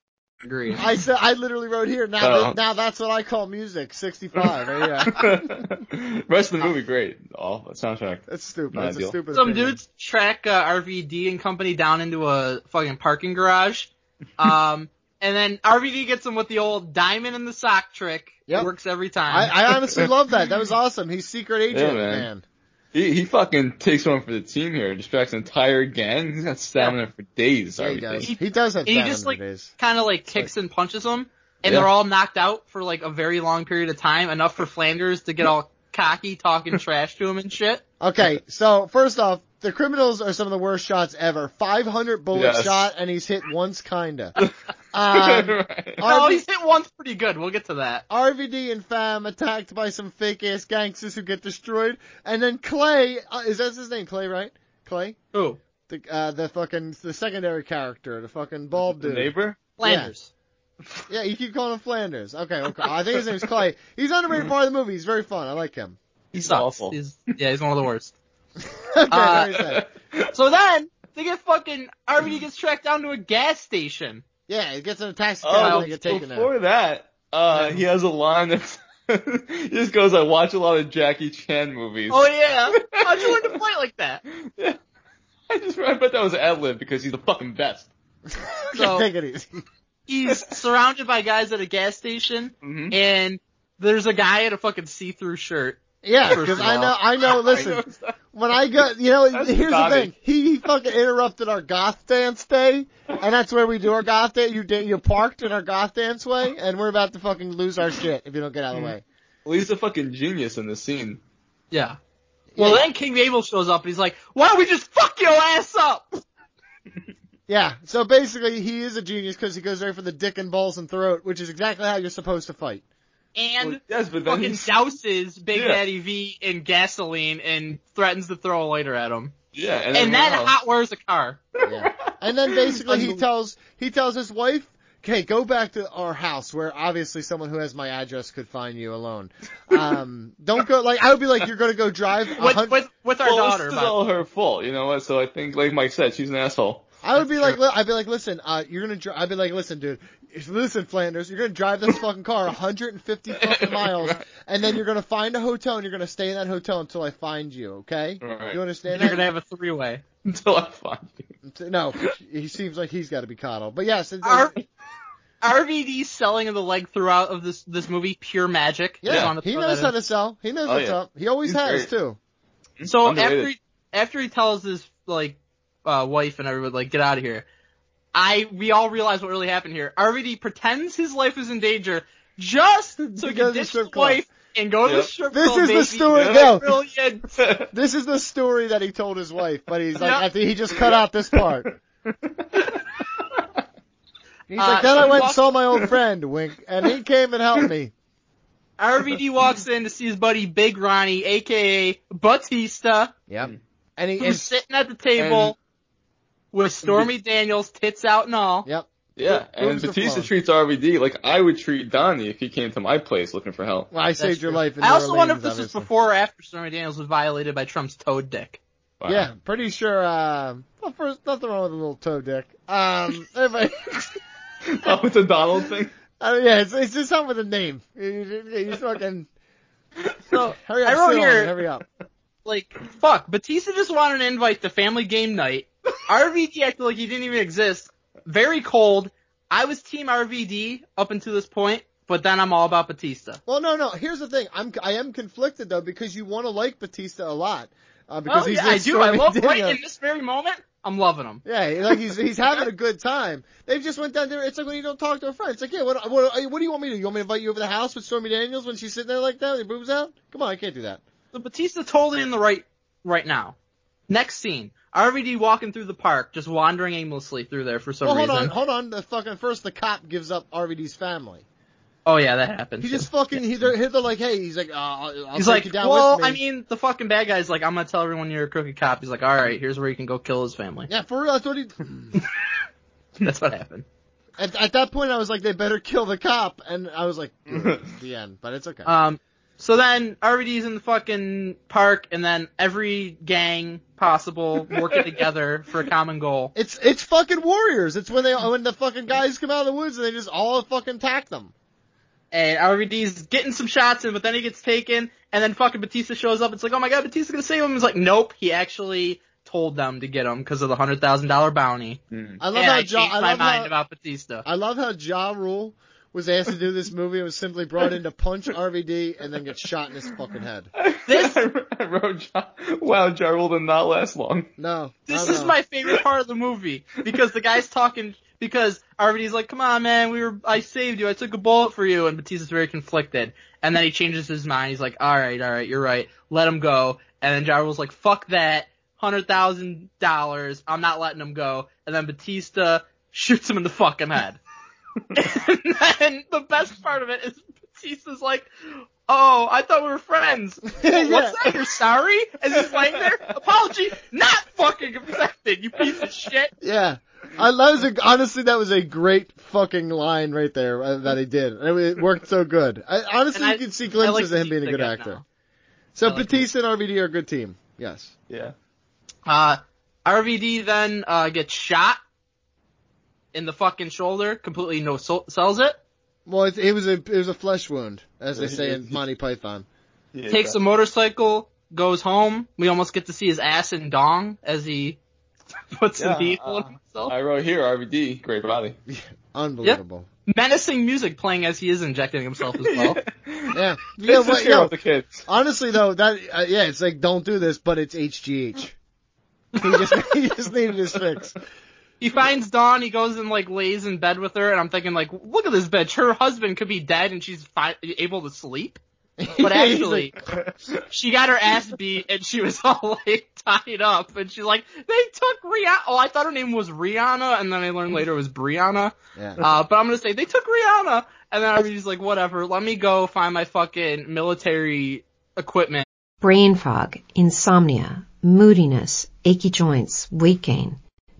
S2: Agreed.
S1: I said I literally wrote here. Now,
S3: Oh.
S1: that- now that's what I call music. Sixty-five. eh, right here.
S3: Rest of the movie, great. All the soundtrack.
S1: That's stupid.
S3: Not
S1: That's a
S3: ideal.
S1: stupid.
S4: Some
S1: opinion.
S4: dudes track uh, RVD and company down into a fucking parking garage. Um, and then RVD gets them with the old diamond in the sock trick.
S1: Yep.
S4: It works every time.
S1: I, I honestly love that. That was awesome. He's secret agent
S3: Yeah, man.
S1: man.
S3: He, he fucking takes one for the team here. Distracts an entire gang. He's got stamina for days.
S1: There he
S3: RVD.
S1: goes. He does have
S4: He
S1: talent
S4: just, like-
S1: nowadays.
S4: kind of like kicks and punches them, and
S3: Yeah.
S4: they're all knocked out for like a very long period of time, enough for Flanders to get all cocky, talking trash to him and shit.
S1: Okay, so first off, the criminals are some of the worst shots ever. Five hundred bullet
S3: Yes.
S1: shot, and he's hit once, kinda. Um,
S3: Right.
S4: No,
S1: RV
S4: he's Oh, hit once pretty good. We'll get to that.
S1: RVD and Fam attacked by some fake ass gangsters who get destroyed, and then Clay uh, is that his name? Clay, right? Clay,
S4: Who?
S1: the uh, the fucking the secondary character, the fucking bald
S3: the
S1: dude.
S3: neighbor?
S4: Flanders.
S1: Yeah, you keep calling him Flanders. Okay, okay. I think his name's Clay. He's underrated part of the movie. He's very fun. I like him.
S4: He
S3: He's
S4: sucks.
S3: awful.
S4: He's, yeah, he's one of the worst.
S1: okay,
S4: Uh,
S1: very sad.
S4: So then they get fucking RVD gets tracked down to a gas station.
S1: Yeah, he gets in a taxi cab and
S3: Oh,
S1: they get taken out.
S3: before that, uh, he has a line that he just goes, I watch a lot of Jackie Chan movies.
S4: Oh yeah, how'd you learn to play like that?
S3: yeah. I just, I bet that was ad lib because he's the fucking best.
S4: So-
S1: Take it easy.
S4: He's surrounded by guys at a gas station,
S3: hmm
S4: and there's a guy in a fucking see-through shirt.
S1: Yeah,
S4: First
S1: because
S4: of
S1: I know,
S4: all.
S1: I know. Listen, when I got, you know,
S3: That's
S1: here's the
S3: Bobby.
S1: thing. He, he fucking interrupted our goth dance day, and that's where we do our goth dance. You da- you parked in our goth dance way, and we're about to fucking lose our shit if you don't get out of the way.
S3: Well, he's a fucking genius in this scene.
S4: Yeah. Well, then King Mabel shows up and he's like, why don't we just fuck your ass up?
S1: Yeah. So basically, he is a genius because he goes right for the dick and balls and throat, which is exactly how you're supposed to fight.
S4: And
S3: Well, yes, but then
S4: fucking
S3: he's,
S4: douses Big
S3: Yeah.
S4: Daddy V in gasoline and threatens to throw a lighter at him.
S3: yeah, and,
S4: And
S3: everyone
S4: that
S3: else.
S4: hot wears a car.
S1: Yeah. And then basically, he tells he tells his wife, "Okay, go back to our house, where obviously someone who has my address could find you alone. Um, don't go like I would be like, you're gonna go drive. a hun-
S4: With, with, with our
S3: well,
S4: daughter.
S3: This is
S4: by the way.
S3: all her fault, you know what? So I think, like Mike said, she's an asshole.
S1: I would be like, li- I'd be like, listen, uh, you're gonna, dri- I'd be like, listen, dude, if- listen, Flanders, you're gonna drive this fucking car 150 fucking miles,
S3: Right.
S1: and then you're gonna find a hotel, and you're gonna stay in that hotel until I find you, okay?
S3: Right.
S1: You understand
S4: You're
S1: that?
S4: gonna have a three-way.
S3: Until I find you.
S1: No, he seems like he's got to be coddled, but yes, it's,
S4: Our, RVD's selling of the leg throughout of this this movie, pure magic. Just
S1: yeah,
S4: wanted to
S1: he
S4: throw
S1: knows
S4: that
S1: how
S4: in.
S1: to sell. He knows
S3: Oh,
S1: what's
S3: yeah.
S1: up. He always
S3: He's
S1: has
S3: great.
S1: too.
S4: So
S3: Underrated.
S4: after he, after he tells his like uh, wife and everyone like get out of here, I we all realize what really happened here. RVD pretends his life is in danger just to
S1: To go to the
S4: ditch his
S1: strip club.
S4: wife and go to the
S3: Yep.
S4: strip
S1: This
S4: club.
S1: is the
S4: baby.
S1: story,
S4: It's
S1: though.
S4: Brilliant.
S1: This is the story that he told his wife, but he's like,
S4: Yeah.
S1: I think he just cut out this part. He's like,
S4: Uh,
S1: then
S4: so
S1: I
S4: he
S1: went and
S4: walks-
S1: saw my old friend, Wink, and he came and helped me.
S4: RVD walks in to see his buddy Big Ronnie, aka Batista,
S1: Yep. And he
S4: who's
S1: is
S4: sitting at the table with Stormy Daniels, tits out and all.
S1: Yep.
S3: Yeah,
S1: Who-
S3: and
S1: who's the
S3: Batista
S1: clone?
S3: treats RVD like I would treat Donnie if he came to my place looking for help.
S1: Well, I
S4: That's
S1: saved your
S4: true.
S1: life. In
S4: I also
S1: New
S4: wonder if
S1: Orleans,
S4: this was
S1: obviously.
S4: before or after Stormy Daniels was violated by Trump's toad dick.
S3: Wow.
S1: Yeah, pretty sure. Um, well, first, nothing wrong with a little toe dick. Um, everybody.
S3: oh, it's a Donald thing.
S1: I mean, yeah, it's, it's just something with a name. You, you, you fucking
S4: So
S1: hurry up,
S4: I wrote
S1: sit on
S4: here-
S1: it, hurry up.
S4: like, fuck, Batista just wanted an invite to family game night. RVD acted like he didn't even exist. Very cold. I was Team RVD up until this point, but then I'm all about Batista.
S1: Well, no, no. Here's the thing. I'm I am conflicted though because you want to like Batista a lot uh, because
S4: oh,
S1: he's
S4: yeah,
S1: with
S4: I do.
S1: Stormy
S4: I love right
S1: Daniels.
S4: in this very moment. I'm loving him.
S1: Yeah, like he's he's having a good time. They just went down there. It's like when you don't talk to a friend. It's like, yeah, what what what do you want me to do? You want me to invite you over to the house with Stormy Daniels when she's sitting there like that with her boobs out? Come on, I can't do that.
S4: So Batista totally in the right right now. Next scene. RVD walking through the park, just wandering aimlessly through there for some
S1: well, hold
S4: reason.
S1: on, hold on. The fucking first, the cop gives up RVD's family.
S4: Oh yeah, that happens.
S1: He just fucking he they're, they're like, hey, he's like, uh, I'll, I'll
S4: He's
S1: take
S4: like,
S1: you down
S4: well,
S1: with me.
S4: I mean, the fucking bad guy's like, I'm gonna tell everyone you're a crooked cop. He's like, all right, here's where you can go kill his family.
S1: yeah, for real. That's what he.
S4: That's what happened.
S1: At, at that point, I was like, they better kill the cop, and I was like, "Mm, the end. But it's okay.
S4: Um, so then RVD's in the fucking park, and then every gang possible working together for a common goal.
S1: It's it's fucking warriors. It's when they when the fucking guys come out of the woods and they just all fucking attack them.
S4: And RVD's getting some shots in, but then he gets taken, and then fucking Batista shows up. It's like, oh my god, Batista's gonna save him. He's like, nope, he actually told them to get him because of the hundred thousand dollar bounty.
S1: I love
S4: And
S1: how
S4: I
S1: Ja,
S4: changed
S1: I
S4: my
S1: love
S4: mind
S1: how,
S4: about Batista.
S1: I love how Ja Rule was asked to do this movie and was simply brought in to punch RVD and then get shot in his fucking head.
S4: This-
S3: I wrote, Ja- wow, Jarrell did not last long.
S1: No,
S4: This
S1: no,
S4: is
S1: no.
S4: my favorite part of the movie because the guy's talking because RVD's like, "Come on, man, we were I saved you, I took a bullet for you," and Batista's very conflicted, and then he changes his mind. He's like, "All right, all right, you're right, let him go," and then Jarrell's like, "Fuck that, hundred thousand dollars, I'm not letting him go," and then Batista shoots him in the fucking head. and then the best part of it is Batista's like, "Oh, I thought we were friends.
S1: Yeah.
S4: What's that? You're sorry?" As he's laying there, apology not fucking accepted. You piece of shit.
S1: Yeah. I love it. Honestly, that was a great fucking line right there uh, that he did. It, it worked so good. I, honestly,
S4: And I-
S1: you can see
S4: I like
S1: glimpses
S4: to
S1: of him
S4: see
S1: being a
S4: the
S1: good
S4: guy
S1: actor.
S4: now.
S1: So
S4: I like
S1: Batista and RVD are a good team. Yes.
S3: Yeah.
S4: Uh, RVD then uh gets shot in the fucking shoulder. Completely no sol- sells it.
S1: Well, it, it was a it was a flesh wound, as they
S3: Yeah,
S1: say
S3: yeah,
S1: in
S3: yeah.
S1: Monty Python.
S3: yeah
S4: Takes a motorcycle, goes home. We almost get to see his ass and dong as he puts
S3: Yeah,
S4: a needle
S3: uh,
S4: in himself.
S3: I wrote here, RVD, great body.
S1: Unbelievable.
S4: menacing music playing as he is injecting himself as well.
S1: Yeah. Yeah.
S3: Yeah,
S1: well,
S3: what,
S1: yeah.
S3: the kids.
S1: Honestly, though, that uh, yeah, it's like don't do this, but it's HGH. He just he just needed his fix.
S4: he finds Dawn, he goes and like lays in bed with her, and I'm thinking like, look at this bitch. Her husband could be dead, and she's fi- able to sleep. But actually, she got her ass beat, and she was all like tied up, and she's like, they took Rihanna. Oh, I thought her name was Rihanna, and then I learned later it was Brianna.
S1: yeah.
S4: Uh, but I'm gonna say they took Rihanna, and then I was just like, whatever. Let me go find my fucking military equipment.
S5: brain fog, insomnia, moodiness, achy joints, weight gain.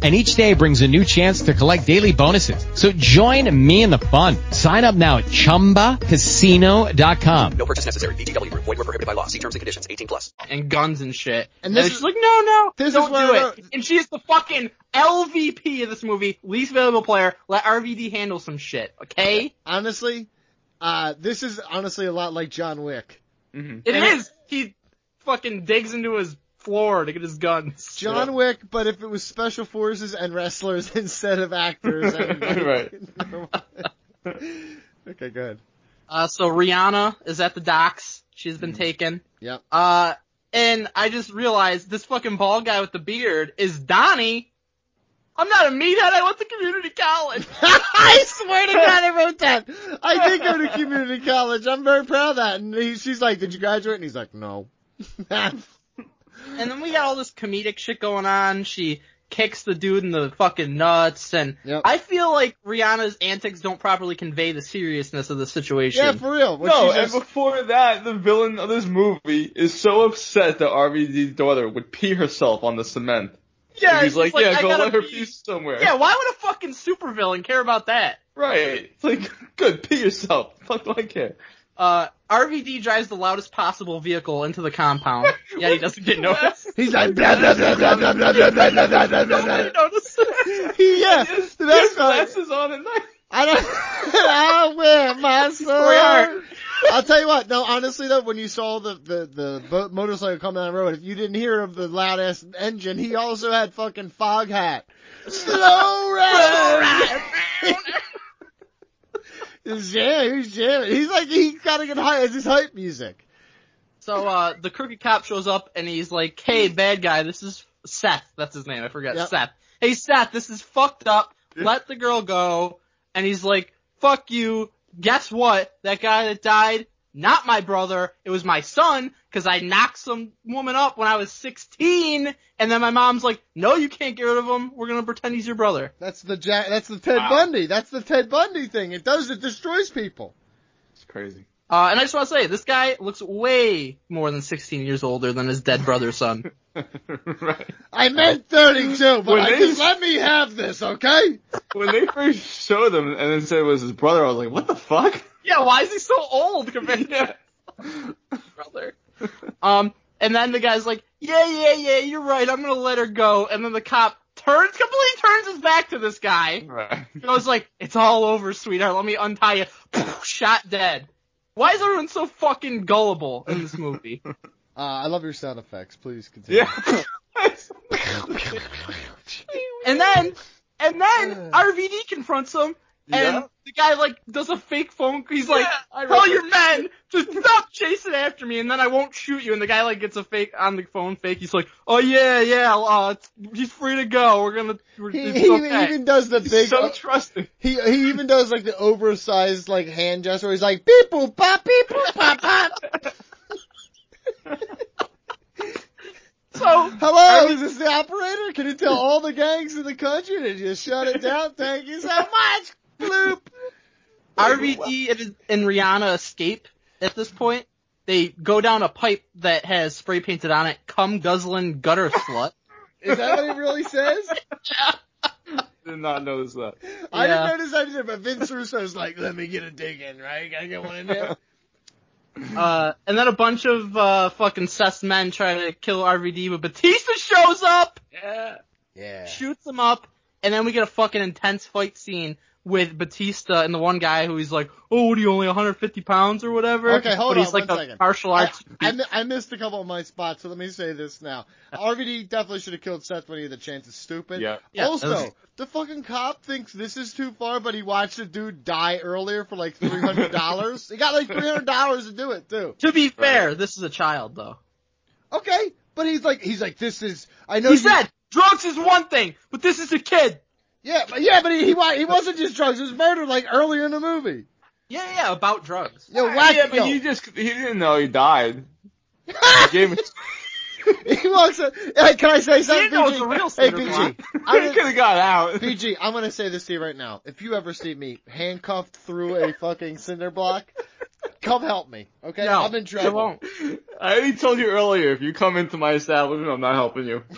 S7: And each day brings a new chance to collect daily bonuses. So join me in the fun. Sign up now at ChumbaCasino.com.
S8: No purchase necessary. VGW Group. Void were prohibited by law. See terms and conditions. 18 plus.
S4: and guns and shit.
S1: And
S4: And,
S1: this
S4: then she's
S1: is-
S4: like, no, no,
S1: this is
S4: don't
S1: where
S4: do
S1: I
S4: it. And she's the fucking LVP of this movie, least available player. Let RVD handle some shit, okay?
S1: Honestly, uh, this
S3: Mm-hmm.
S1: is honestly a lot like John Wick.
S4: It is. He fucking digs into his floor to get his guns.
S1: John Wick, but if it was special forces and wrestlers instead of actors. And,
S3: Right.
S1: okay, good.
S4: Uh, so Rihanna is at the docks. She's been
S1: Mm-hmm.
S4: taken.
S1: Yep.
S4: Uh, and I just realized this fucking bald guy with the beard is Donnie. I'm not a meathead. I went to community college.
S1: I swear to God, I wrote that. I did go to community college. I'm very proud of that. And he, she's like, "Did you graduate?" And he's like, "No."
S4: and then we got all this comedic shit going on. She kicks the dude in the fucking nuts. And
S1: Yep.
S4: I feel like Rihanna's antics don't properly convey the seriousness of the situation.
S1: yeah, for real. When
S3: No,
S1: she
S3: and
S1: just-
S3: before that, the villain of this movie is so upset that RVD's daughter would pee herself on the cement.
S4: Yeah,
S3: And
S4: it's
S3: he's like,
S4: like,
S3: yeah,
S4: I
S3: go
S4: gotta
S3: let her
S4: pee."
S3: pee somewhere.
S4: Yeah, why would a fucking supervillain care about that?
S3: Right. It's like, good, pee yourself. Fuck, do I care?
S4: Uh, RVD drives the loudest possible vehicle into the compound. yeah, he doesn't get noticed.
S1: he's like, blah, blah, blah, blah, blah, blah, blah, blah, blah, blah, blah, blah, blah.
S4: Nobody noticed.
S1: yeah,
S3: His,
S1: that's
S3: his
S1: right.
S3: glasses on at night.
S1: I don't. I wear my sword. I'll tell you what. No, honestly though, when you saw the the the bo- motorcycle come down the road, if you didn't hear of the loud ass engine, he also had fucking fog hat. Slow ride. He's jamming. He's jamming. He's like he gotta get high. It's his hype music.
S4: so, uh, the crooked cop shows up and he's like, hey, bad guy, this is Seth. That's his name. I forgot.
S1: Yep.
S4: Seth. Hey, Seth, this is fucked up. Let the girl go. And he's like, fuck you. Guess what? That guy that died, not my brother. It was my son because I knocked some woman up when I was 16. And then my mom's like, no, you can't get rid of him. We're going to pretend he's your brother.
S1: That's the Jack. That's the Ted
S3: Wow.
S1: Bundy. That's the Ted Bundy thing. It does. It destroys people.
S3: It's crazy.
S4: Uh, and I just want to say, this guy looks way more than 16 years older than his dead brother's son.
S3: right.
S1: I meant 32, but
S3: When
S1: I
S3: they-
S1: just let me have this, okay?
S3: When they first showed him and then said it was his brother, I was like, what the fuck?
S4: yeah, why is he so old compared to his brother? Um, and then the guy's like, yeah, yeah, yeah, you're right, I'm gonna let her go. And then the cop turns, completely turns his back to this guy.
S3: Right.
S4: And I was like, it's all over, sweetheart, let me untie you. Shot dead. Why is everyone so fucking gullible in this movie?
S1: Uh, I love your sound effects. Please continue.
S3: Yeah.
S4: And then, and then RVD confronts him, and
S3: Yeah.
S4: the guy like does a fake phone. He's like,
S3: I
S4: "Tell
S3: remember.
S4: your men to stop chasing after me, and then I won't shoot you." And the guy like gets a fake on the phone fake. He's like, "Oh yeah, yeah, uh, it's- he's free to go. We're gonna, we're,
S1: He,
S4: it's
S1: he even-
S4: okay."
S1: even does the big.
S3: so trusting.
S1: he he even does like the oversized like hand gesture. Where he's like beep boop pop beep boop pop pop.
S4: so
S1: Hello, is this the operator? Can you tell all the gangs in the country to just shut it down? Thank you so much. Bloop.
S4: RVD E and, and Rihanna escape at this point. They go down a pipe that has spray painted on it, "Come guzzling gutter slut."
S1: Is that what it really says?
S3: Did not notice that.
S1: I didn't
S4: Yeah.
S1: notice I did, but Vince Russo's like, let me get a dig in, right? Gotta get one in there.
S4: Uh, and then a bunch of, uh, fucking sus men try to kill RVD, but Batista shows up,
S1: Yeah.
S4: shoots him up, and then we get a fucking intense fight scene with Batista and the one guy who he's like, oh, what are you, only 150 pounds or whatever?
S1: Okay, hold
S4: but he's
S1: on
S4: like
S1: one
S4: a
S1: second.
S4: martial
S1: I,
S4: arts.
S1: I, mi- I missed a couple of my spots, so let me say this now. RVD definitely should have killed Seth when he had the chance. It's stupid.
S3: Yeah.
S4: Yeah, that
S1: also,
S4: was-
S1: the fucking cop thinks this is too far, but he watched a dude die earlier for like three hundred dollars. he got like three hundred dollars to do it too.
S4: to be fair, this is a child though.
S1: Okay, but he's like, he's like, this is. I know.
S4: He
S1: you-
S4: said, drugs is one thing, but this is a kid.
S1: yeah, but yeah, but he he, wa- he wasn't just drugs. It was murder, like earlier in the movie.
S4: Yeah, yeah, about drugs.
S1: Yo, whack,
S3: yeah, but
S1: yo.
S3: he just, he didn't know he died. He gave it,
S1: he walks. Up, hey, can I say something?
S4: didn't know it
S1: BG?
S4: was a real
S1: hey,
S4: cinder
S1: BG.
S4: block.
S1: I
S3: he
S1: didn't-
S3: could have got out.
S1: BG, I'm gonna say this to you right now. If you ever see me handcuffed through a fucking cinder block, come help me. Okay?
S4: No,
S1: I'm in
S4: It
S1: trouble.
S4: won't.
S3: I already told you earlier, if you come into my establishment, I'm not helping you.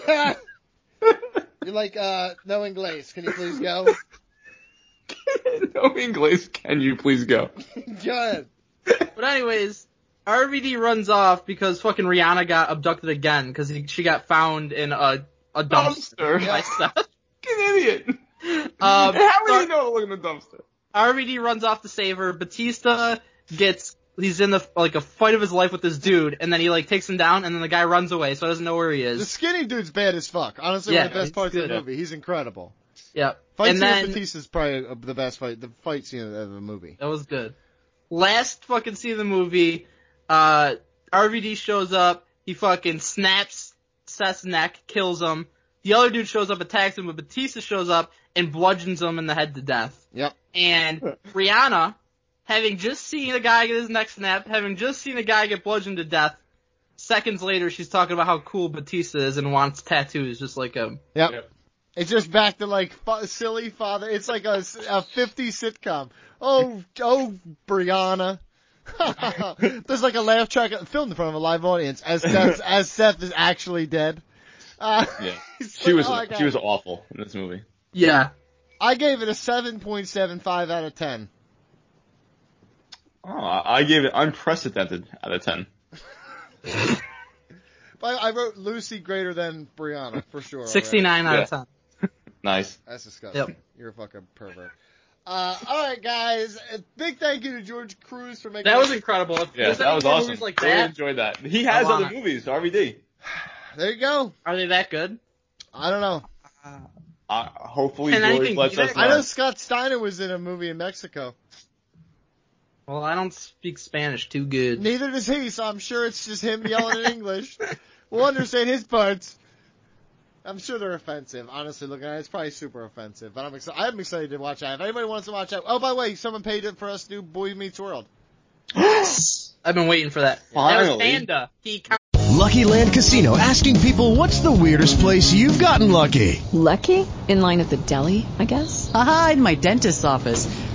S1: You're like, uh, no English. Can you please go?
S3: no English, can you please go?
S1: Good.
S4: But anyways, RVD runs off because fucking Rihanna got abducted again because she got found in a
S3: Oh,
S4: a dumpster.
S3: Dumpster.
S4: by Seth.
S3: Fucking idiot.
S4: Um,
S3: How would
S4: so-
S3: you know to look in the dumpster?
S4: RVD runs off to save her. Batista gets he's in the like a fight of his life with this dude, and then he like takes him down, and then the guy runs away, so he doesn't know where he
S1: The
S4: is.
S1: skinny dude's bad as fuck. Honestly,
S4: Yeah,
S1: one of the best
S4: he's
S1: parts of
S4: good.
S1: the movie. He's incredible.
S4: Yeah,
S1: Fight
S4: and
S1: scene
S4: then
S1: with Batista is probably uh, the best fight, the fight scene of the movie.
S4: that was good. Last fucking scene of the movie, uh, RVD shows up, he fucking snaps Seth's neck, kills him. The other dude shows up, attacks him, but Batista shows up and bludgeons him in the head to death.
S1: Yep.
S4: And Rihanna, having just seen a guy get his neck snapped, having just seen a guy get bludgeoned to death, seconds later she's talking about how cool Batista is and wants tattoos just like him.
S1: Yep.
S3: Yep.
S1: It's just back to like fa- silly father. It's like a, s- a 50 sitcom. Oh, oh, Brianna. There's like a laugh track filmed in front of a live audience as Seth, as Seth is actually dead. Uh,
S3: Yeah.
S1: it's
S3: She
S1: like,
S3: was
S1: oh my God.
S3: she was awful in this movie.
S4: Yeah.
S1: I gave it a 7.75 out of 10.
S3: Oh, I I gave it unprecedented out of ten.
S1: But I wrote Lucy greater than Brianna for sure. already.
S4: Sixty nine out of
S3: Yeah.
S4: ten.
S3: Nice.
S1: That's disgusting.
S4: Yep.
S1: You're a fucking pervert. Uh, all right, guys. A Big thank you to George Cruz for making
S4: That was incredible. If
S3: Yeah,
S4: there's
S3: that
S4: any
S3: was
S4: more
S3: awesome.
S4: Movies like
S3: really
S4: that,
S3: enjoyed that. He
S4: I
S3: has
S4: want
S3: other
S4: it.
S3: movies. RVD.
S1: There you go.
S4: are they that good?
S1: I don't know.
S3: Uh, hopefully
S4: Can
S3: George
S4: anything
S3: lets
S4: be
S3: us
S4: that
S3: know.
S1: I know Scott Steiner was in a movie in Mexico.
S4: Well, I don't speak Spanish too good.
S1: Neither does he, so I'm sure it's just him yelling in English. We'll understand his parts. I'm sure they're offensive. Honestly, looking at it, it's probably super offensive. But I'm excited. I'm excited to watch that. If anybody wants to watch that, oh by the way, someone paid it for us to do Boy Meets World.
S4: I've been waiting for that. That was
S3: Finally.
S4: Panda. He
S9: Lucky Land Casino asking people what's the weirdest place you've gotten lucky?
S10: Lucky? In line at the deli, I guess?
S11: Aha, in my dentist's office.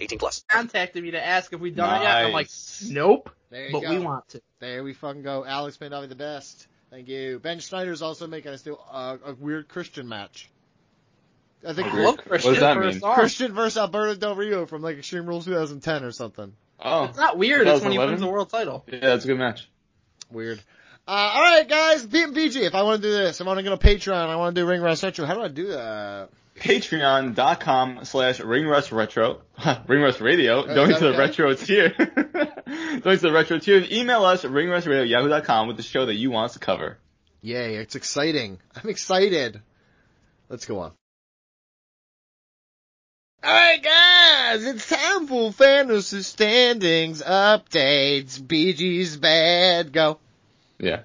S8: 18 plus.
S4: contacted me to ask if we done it yet. I'm like,
S3: Nice.
S4: nope,
S1: There you
S4: but
S1: go.
S4: we want to.
S1: There we fucking go. Alex Mandavi the best. Thank you. Ben Schneider's also making us do a, a weird Christian match. I think
S3: What
S4: Look, Christian
S3: does that
S4: for a
S3: mean?
S4: song.
S1: Christian versus Alberto Del Rio from like Extreme Rules 2010 or something.
S3: Oh,
S4: It's not weird. It's when he
S3: 2011?
S4: wins the world title.
S3: Yeah, that's a good match.
S1: Weird. Uh, alright guys, BMBG, if I want to do this, I want to go to Patreon, I want to do Ring Rust Retro, how do I do that?
S3: Patreon.com slash Ring Rust Retro, Ring Rust Radio,
S1: is
S3: going
S1: that
S3: to the
S1: okay?
S3: retro tier. going to the retro tier and email us at ringrustradio at yahoo.com with the show that you want us to cover.
S1: Yay, it's exciting. I'm excited. Let's go on. Alright guys, it's time for fantasy standings updates. BG's bad, go.
S3: Yeah.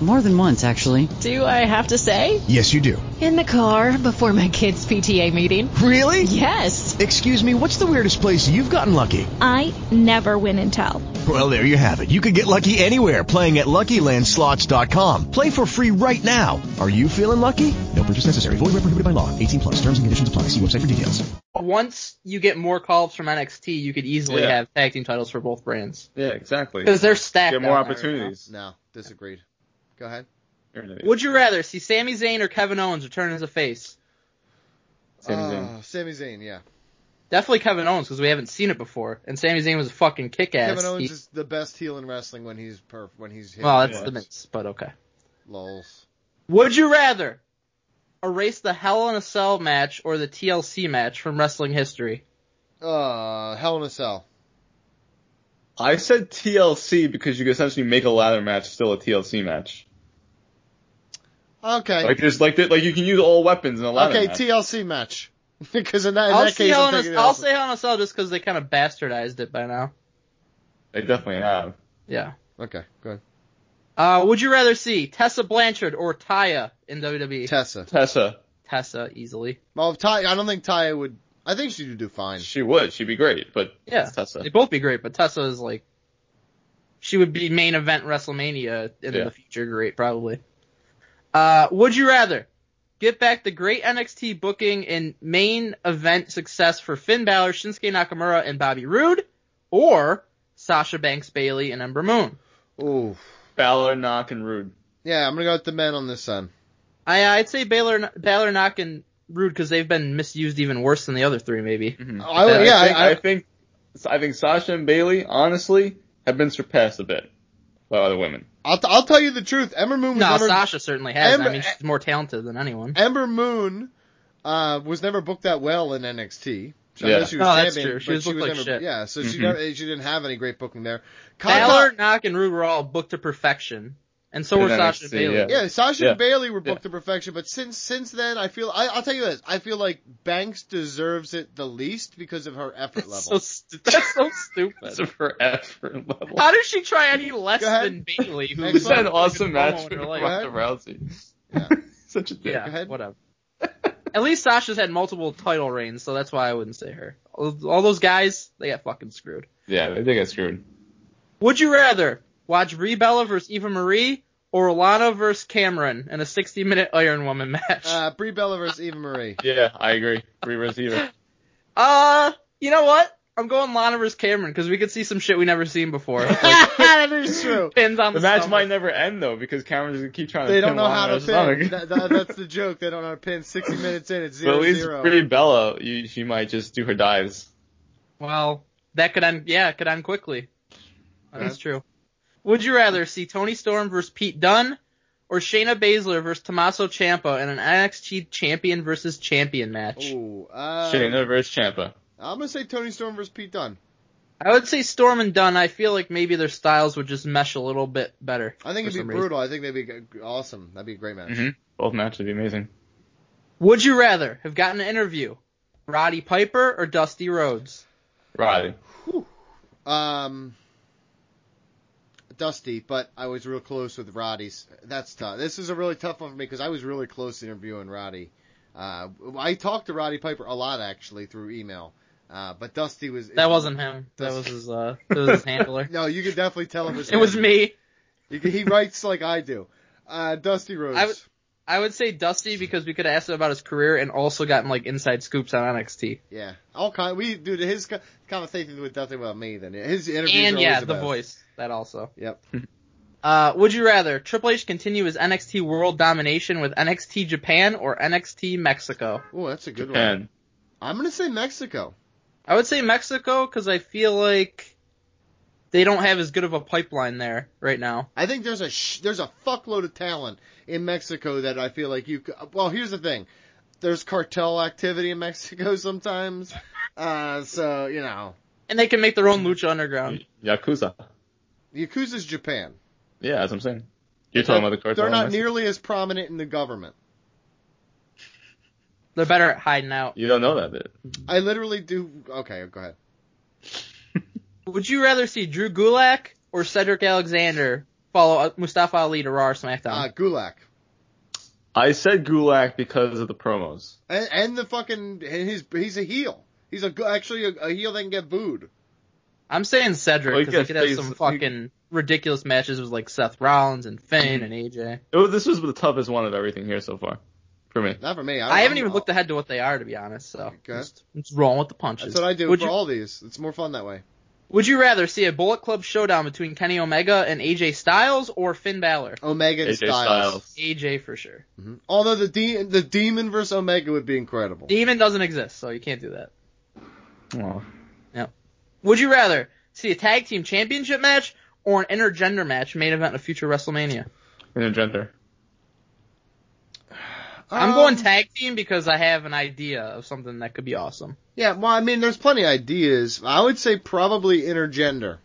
S11: More than once, actually.
S10: Do I have to say?
S6: Yes, you do.
S10: In the car before my kids' PTA meeting.
S6: Really?
S10: Yes.
S6: Excuse me, what's the weirdest place you've gotten lucky?
S9: I never win and tell.
S6: Well, there you have it. You can get lucky anywhere playing at LuckyLandSlots.com. Play for free right now. Are you feeling lucky? No purchase necessary. Void where prohibited by law. 18 plus. Terms and conditions apply. See website for details.
S4: once you get more call-ups from NXT, you could easily
S3: Yeah.
S4: have tag team titles for both brands.
S3: Yeah, exactly.
S4: 'Cause they're stacked
S3: Get more
S4: out there right
S3: opportunities.
S1: No, disagreed. Go ahead.
S4: Would you rather see Sami Zayn or Kevin Owens return as a face?
S3: Sami
S1: Uh,
S3: Zayn.
S1: Sami Zayn, yeah.
S4: Definitely Kevin Owens because we haven't seen it before, and Sami Zayn was a fucking kick-ass.
S1: Kevin Owens
S4: He-
S1: is the best heel in wrestling when he's perf when he's hit.
S4: well, that's the Miz, but okay.
S1: lols.
S4: Would you rather erase the Hell in a Cell match or the TLC match from wrestling history?
S1: Uh, Hell in a Cell.
S3: I said TLC because you could essentially make a ladder match still a TLC match.
S1: Okay.
S3: Like there's like that like you can use all weapons in a ladder
S1: okay,
S3: match.
S1: TLC match. Because in that, in
S4: I'll,
S1: that
S4: say
S1: case,
S4: Hell
S1: I'm
S4: in
S1: taking
S4: a,
S1: the
S4: I'll
S1: Hell in a
S4: say Hell in a Cell just because they kind of bastardized it by now.
S3: they definitely have.
S4: Yeah.
S1: Okay, go ahead.
S4: Uh, would you rather see Tessa Blanchard or Taya in WWE?
S1: Tessa.
S3: Tessa.
S4: Tessa easily.
S1: Well, Ty, I don't think Ty would. I think she'd do fine.
S3: She would. She'd be great, but
S4: Yeah.
S3: it's Tessa.
S4: They'd both be great, but Tessa is like, she would be main event WrestleMania in
S3: Yeah.
S4: the future. Great, probably. Uh, would you rather get back the great NXT booking and main event success for Finn Balor, Shinsuke Nakamura, and Bobby Roode, or Sasha Banks, Bailey, and Ember Moon?
S1: Ooh.
S3: Balor, Knock, and Rude.
S1: Yeah, I'm gonna go with the men on this end.
S4: I uh, I'd say Baylor, Balor, Knock, and Rude because they've been misused even worse than the other three, maybe.
S3: Mm-hmm.
S1: I, would- yeah,
S3: I think,
S1: I,
S3: I, think I think Sasha and Bailey, honestly, have been surpassed a bit by other women.
S1: will I'll tell you the truth. Ember Moon was
S4: No,
S1: never,
S4: Sasha certainly has.
S1: Ember-
S4: I mean, she's more talented than anyone.
S1: Ember Moon uh, was never booked that well in NXT. So I know
S4: Yeah.
S1: she was
S4: No,
S1: champion,
S4: that's true. She
S1: but
S4: was
S1: she
S4: looked
S1: was
S4: like
S1: never,
S4: shit.
S1: Yeah, so she
S3: Mhm.
S1: never, eh, she didn't have any great booking there.
S4: Balor, Knock, and Rude were all booked to perfection, and so
S3: In
S4: were
S3: NXT,
S4: Sasha and Bailey.
S3: yeah.
S1: Yeah, Sasha
S3: Yeah.
S1: and Bailey were
S3: Yeah.
S1: booked to perfection, but since since then, I feel I, I'll tell you this: I feel like Banks deserves it the least because of her effort level.
S4: So stu- that's so stupid.
S3: That's her effort level.
S4: How did she try any less
S1: Go ahead.
S4: than Bailey? Who
S1: Next
S3: It's
S4: was
S1: one.
S3: an awesome match
S4: Go
S3: with
S4: ahead.
S3: Ronda Rousey.
S1: Yeah.
S3: Such a dick.
S4: yeah,
S1: ahead.
S4: whatever. At least Sasha's had multiple title reigns, so that's why I wouldn't say her. All, all those guys, they got fucking screwed.
S3: Yeah, they got screwed.
S4: Would you rather watch Brie Bella versus Eva Marie or Lana versus Cameron in a 60 minute Iron Woman match? Uh,
S1: Uh, Brie Bella versus Eva Marie.
S3: Yeah, I agree. Three receiver.
S4: Uh, you know what? I'm going Lana versus Cameron because we could see some shit we never seen before. Like,
S1: that is true.
S4: pins on
S3: The
S4: the,
S3: match
S4: stomach.
S3: might never end though because Cameron's gonna keep trying to.
S1: They don't
S3: pin
S1: know
S3: Lana
S1: how to
S3: Rousey on
S1: pin.
S3: it.
S1: That- that- that's the joke. They don't know how to pin. Sixty minutes in, it's
S3: But at
S1: zero
S3: least
S1: zero.
S3: Brie Bella, you, she might just do her dives.
S4: Well, that could end. Yeah, it could end quickly. That's true. Would you rather see Tony Storm versus Pete Dunne, or Shayna Baszler versus Tommaso Ciampa in an NXT Champion versus Champion match?
S1: Ooh, uh,
S3: Shayna versus Champa.
S1: I'm gonna say Tony Storm versus Pete Dunne.
S4: I would say Storm and Dunn. I feel like maybe their styles would just mesh a little bit better.
S1: I think
S4: for
S1: it'd be
S4: some reason.
S1: brutal. I think that'd be g- awesome. That'd be a great match.
S3: Mhm. Both matches would be amazing.
S4: Would you rather have gotten an interview, Roddy Piper or Dusty Rhodes?
S3: Roddy.
S1: Um, Dusty, but I was real close with Roddy's. That's tough. This is a really tough one for me because I was really close to interviewing Roddy. Uh, I talked to Roddy Piper a lot actually through email. Uh, but Dusty was
S4: That wasn't him. That was
S1: Dusty-
S4: his. Uh, that was his handler.
S1: No, you could definitely tell it was.
S4: It was
S1: him.
S4: me.
S1: You can- he writes like I do. Uh, Dusty Rhodes.
S4: I would- I would say Dusty because we could have asked him about his career and also gotten like inside scoops on NXT.
S1: yeah, all kind. We dude, his co- conversation with Dusty about me. Then his interviews
S4: And
S1: are
S4: yeah,
S1: always
S4: the
S1: best.
S4: voice. That also.
S1: Yep.
S4: Uh, would you rather Triple H continue his NXT world domination with NXT Japan or NXT Mexico?
S1: Oh, that's a good
S3: Japan.
S1: one. I'm gonna say Mexico.
S4: I would say Mexico because I feel like they don't have as good of a pipeline there right now.
S1: I think there's a sh- there's a fuckload of talent in Mexico that I feel like you. c well, here's the thing. There's cartel activity in Mexico sometimes. Uh, so you know,
S4: And they can make their own Lucha Underground.
S3: Yakuza.
S1: Yakuza's Japan.
S3: Yeah, that's what I'm saying. You're talking about the cartel.
S1: They're not
S3: in Mexico.
S1: nearly as prominent in the government.
S4: They're better at hiding out.
S3: You don't know that, dude.
S1: I literally do. Okay, go ahead.
S4: Would you rather see Drew Gulak or Cedric Alexander follow Mustafa Ali to Raw or SmackDown?
S1: Uh, Gulak.
S3: I said Gulak because of the promos.
S1: And, and the fucking and his he's a heel. He's a go- actually a, a heel that can get booed.
S4: I'm saying
S3: Well, he
S4: Cedric because
S3: gets
S4: he could have
S3: faced-
S4: some fucking ridiculous matches with like Seth Rollins and
S1: Mm-hmm.
S4: Finn and AJ.
S3: It was, this was the toughest one of everything here so far, for me.
S1: Not for me.
S4: I, haven't even looked ahead to what they are to be honest. So just, just rolling with the punches.
S1: That's what I do
S4: Would
S1: for
S4: you,
S1: all these. It's more fun that way.
S4: would you rather see a Bullet Club showdown between Kenny Omega and AJ Styles or Finn Balor?
S1: Omega and
S3: AJ
S1: Styles. Mm-hmm.
S3: Styles.
S4: AJ for sure.
S1: Although the de- the Demon versus Omega would be incredible.
S4: Demon doesn't exist, so you can't do that.
S3: Oh.
S4: Would you rather see a tag team championship match or an intergender match main event of future WrestleMania?
S3: Intergender.
S4: I'm
S1: Um,
S4: going tag team because I have an idea of something that could be awesome.
S1: Yeah, well, I mean, there's plenty of ideas. I would say probably intergender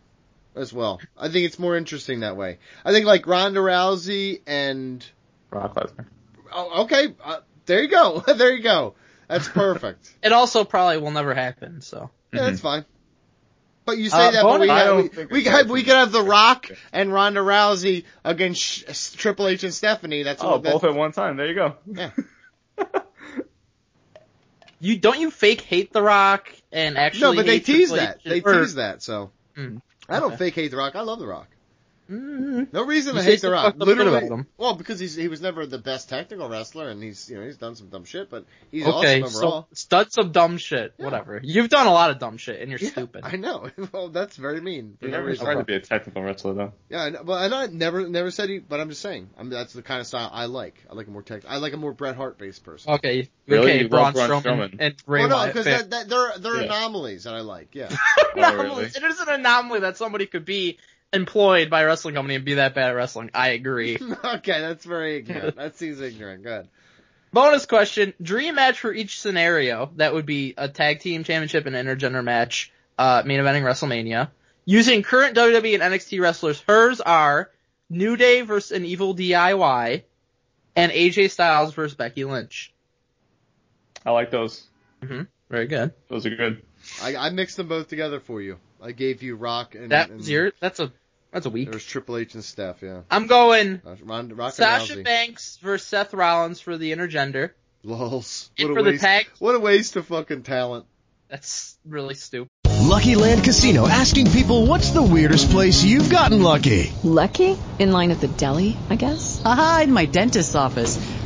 S1: as well. I think it's more interesting that way. I think like Ronda Rousey and
S3: Brock Lesnar.
S1: oh, okay, uh, there you go, there you go. That's perfect.
S4: It also probably will never happen, so.
S1: yeah, that's
S4: Mm-hmm.
S1: fine. But you say
S4: Uh,
S1: that, but we
S4: bonus- I
S1: have,
S4: don't
S1: we,
S3: think
S1: we,
S3: it's
S1: have, we could have The Rock and Ronda Rousey against Sh- S- Triple H and Stephanie. That's
S3: Oh,
S1: what that,
S3: both at one time. There you go.
S1: Yeah.
S4: You don't you fake hate The Rock and actually
S1: No, but they
S4: hate
S1: tease
S4: Triple
S1: that.
S4: H
S1: They
S4: or-
S1: tease that. So
S4: Mm.
S1: I don't
S4: Okay.
S1: fake hate The Rock. I love The Rock.
S4: Mm.
S1: No reason
S4: You
S1: to
S4: say
S1: hate The
S4: some
S1: Rock.
S4: fucked up shit
S1: Literally.
S4: about him.
S1: Well, because he's he was never the best technical wrestler, and he's you know he's done some dumb shit, but he's
S4: okay,
S1: awesome overall.
S4: so studs of dumb shit.
S1: Yeah.
S4: Whatever. You've done a lot of dumb shit and you're stupid.
S1: I know. well, that's very mean. For
S3: He
S1: no
S3: never
S1: reason.
S3: tried to be a technical wrestler, though.
S1: Yeah, I know, well, I know I never never said he, but I'm just saying. I mean, that's the kind of style I like. I like a more tech. I like a more Bret Hart based person.
S4: Okay,
S3: Really?
S4: okay,
S3: You
S4: Braun,
S3: love Braun
S4: Strowman,
S3: Strowman.
S4: and Bray
S1: Well, no,
S4: Wyatt.
S1: because
S4: Fair.
S1: that, that, they're they're
S3: Yeah.
S1: anomalies that I like. Yeah.
S3: Oh, really?
S4: Anomalies. It is an anomaly that somebody could be employed by a wrestling company and be that bad at wrestling. I agree.
S1: okay, that's very ignorant. That seems ignorant. Good.
S4: Bonus question: Dream match for each scenario. That would be a tag team championship and intergender match, uh, main eventing WrestleMania. Using current WWE and NXT wrestlers, hers are New Day versus an Evil DIY, and AJ Styles versus Becky Lynch.
S3: I like those.
S4: Very good.
S3: Those are good.
S1: I, I mixed them both together for you. I gave you Rock and
S4: That
S1: and
S4: was your. That's a. That's a week.
S1: There's Triple H and Steph. Yeah.
S4: I'm going
S1: Uh, Ron, Rock
S4: Sasha
S1: and Rousey.
S4: Banks versus Seth Rollins for the intergender.
S1: Lols.
S4: And
S1: What a
S4: for the
S1: waste.
S4: tag-
S1: What a waste of fucking talent.
S4: That's really stupid.
S9: Lucky Land Casino asking people what's the weirdest place you've gotten lucky?
S11: Lucky?
S10: In line at the deli, I guess?
S11: Aha, in my dentist's office.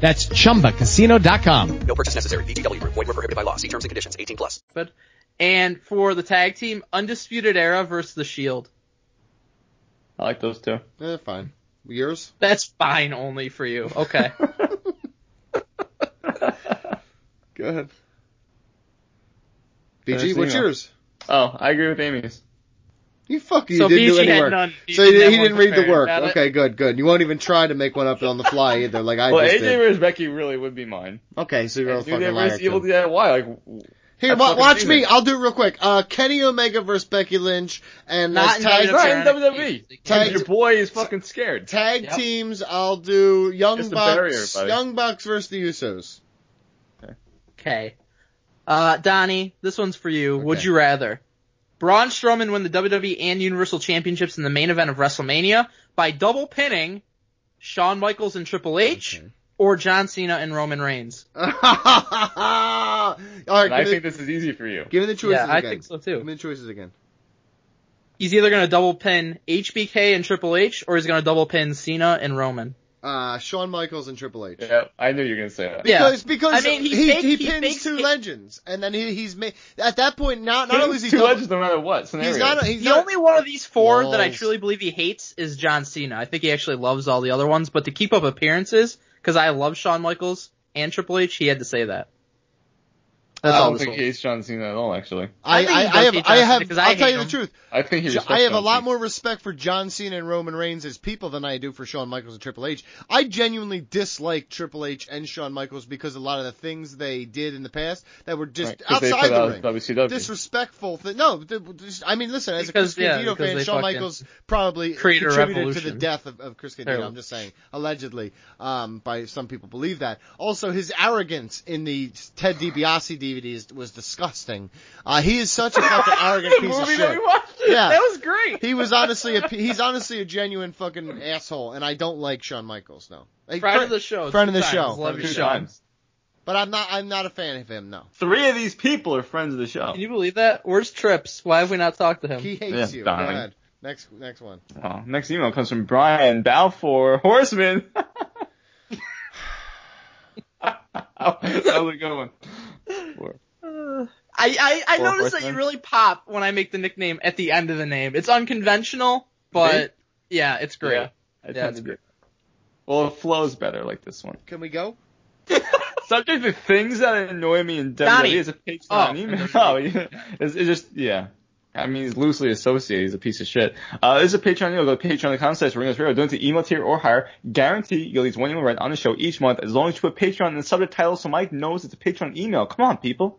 S7: That's chumbacasino.com.
S8: No purchase necessary. VGW Group. Void were prohibited by law. See terms and conditions. 18 plus.
S4: But and for the tag team, Undisputed Era versus The Shield.
S3: I like those too.
S1: Eh, fine. Yours?
S4: That's fine only for you. Okay.
S1: Go ahead.
S3: Never
S1: BG,
S3: seen
S1: what's
S3: that.
S1: yours?
S3: Oh, I agree with Amy's.
S1: You fuck you
S4: So
S1: didn't do
S4: BG
S1: any
S4: had
S1: work.
S4: none. He
S1: so
S4: didn't
S1: he,
S4: have
S1: he
S4: one
S1: didn't read the
S4: prepared.
S1: work.
S4: Got it.
S1: Okay, good, good. You won't even try to make one up on the fly either, like I
S3: well,
S1: just
S3: AJ
S1: did.
S3: versus Becky really would be mine.
S1: Okay, so you're a
S3: Dude,
S1: fucking
S3: they
S1: liar.
S3: versus Evil
S1: too.
S3: DIY. Like,
S1: Here,
S3: I'd
S1: wa-
S3: fucking
S1: watch
S3: see
S1: me.
S3: it.
S1: I'll do it real quick. Uh, Kenny Omega versus Becky Lynch, and
S3: Not
S1: let's
S3: in
S1: tag,
S3: WWE. Not in WWE.
S1: Tag-
S3: Your boy is fucking scared.
S1: tag teams. I'll do Young
S3: It's a
S1: Bucks.
S3: barrier, buddy.
S1: Young Bucks versus the Usos.
S4: Okay. Uh, Donnie, this one's for you. Would you rather Braun Strowman win the WWE and Universal Championships in the main event of WrestleMania by double pinning Shawn Michaels and Triple H or John Cena and Roman Reigns?
S1: All right,
S3: And I
S1: give me-
S3: think this is easy for you.
S1: give me the choices
S4: Yeah, I
S1: again.
S4: think so too.
S1: Give me the choices again.
S4: He's either gonna double pin HBK and Triple H or he's gonna double pin Cena and Roman.
S1: Uh, Shawn Michaels and Triple H.
S3: Yeah, I knew you were gonna say that.
S1: Because
S4: Yeah.
S1: because
S4: I mean,
S1: he
S4: he
S1: he,
S4: faked- he
S1: pins
S4: fakes
S1: two
S4: it.
S1: legends, and then he he's made at that point. Not not
S3: Pins
S1: only is he
S3: two
S1: double-
S3: legends no matter what scenario.
S1: he's not he's
S4: the
S1: not,
S4: only one of these four that I
S1: Walls.
S4: truly believe he hates is John Cena. I think he actually loves all the other ones, but to keep up appearances, because I love Shawn Michaels and Triple H, he had to say that. That's
S3: I
S4: all
S3: don't
S4: this
S3: think
S4: was.
S3: he hates John Cena at all. Actually,
S1: Oh, I,
S4: I think
S1: I,
S4: he
S1: I
S4: does
S1: have, I
S4: hate John Cena,
S1: have,
S4: 'cause I
S1: I'll tell
S4: hate
S1: you the
S4: him.
S1: truth.
S3: I think he.
S1: Jo- I
S3: respects
S1: have a
S3: John
S1: lot
S3: Cena.
S1: more respect for John Cena and Roman Reigns as people than I do for Shawn Michaels and Triple H. I genuinely dislike Triple H and Shawn Michaels because a lot of the things they did in the past that were just
S3: Right, 'cause they
S1: outside
S3: put
S1: the
S3: out
S1: ring.
S3: WCW.
S1: Disrespectful thing. No, th- just- I mean, listen, as
S4: Because,
S1: a Chris
S4: yeah,
S1: Candido
S4: because
S1: fan,
S4: they
S1: Shawn
S4: fucking
S1: Michaels probably
S4: created a
S1: contributed to the
S4: revolution.
S1: death of, of Chris Candido.
S4: Terrible.
S1: I'm just saying, allegedly, um, by some people believe that. Also, his arrogance in the Ted DiBiase DVDs was disgusting. Uh, he is such a fucking arrogant piece of
S4: movie
S1: shit.
S4: that we watched.
S1: Yeah.
S4: That was great.
S1: He was honestly a he's honestly a genuine fucking asshole, and I don't like Shawn Michaels. No, Like,
S4: Friend
S1: fri-
S4: of the show.
S1: friend of the
S4: two
S1: show,
S4: times. Love
S1: friend of
S4: your
S1: the
S3: Two
S4: show.
S3: times.
S1: but I'm not I'm not a fan of him. No,
S3: Three of these people are friends of the show.
S4: Can you believe that? Where's Trips? Why have we not talked to him?
S1: he hates
S3: Yeah,
S1: you. Go
S3: darling.
S1: ahead. Next next one.
S3: Oh, next email comes from Brian Balfour Horseman. that was a good one.
S4: Uh, I, I, I
S3: Or
S4: noticed that
S3: Horseman.
S4: you really pop when I make the nickname at the end of the name. It's unconventional, but yeah, it's great.
S3: Yeah, I
S4: Yeah,
S3: tend
S4: it's
S3: to do- Well, it flows better like this one.
S1: Can we go?
S3: Subject to things that annoy me in WWE
S4: Donnie.
S3: is a Patreon oh,
S4: Oh,
S3: email.
S4: and
S3: Oh, yeah. It's, it's just, yeah. I mean, he's loosely associated. He's a piece of shit. Uh, this is a Patreon email. Go to patreon.com slash Ring of Radio. Donate to email tier or higher. Guarantee you'll at least one email read on the show each month as long as you put Patreon in the subject title so Mike knows it's a Patreon email. Come on, people.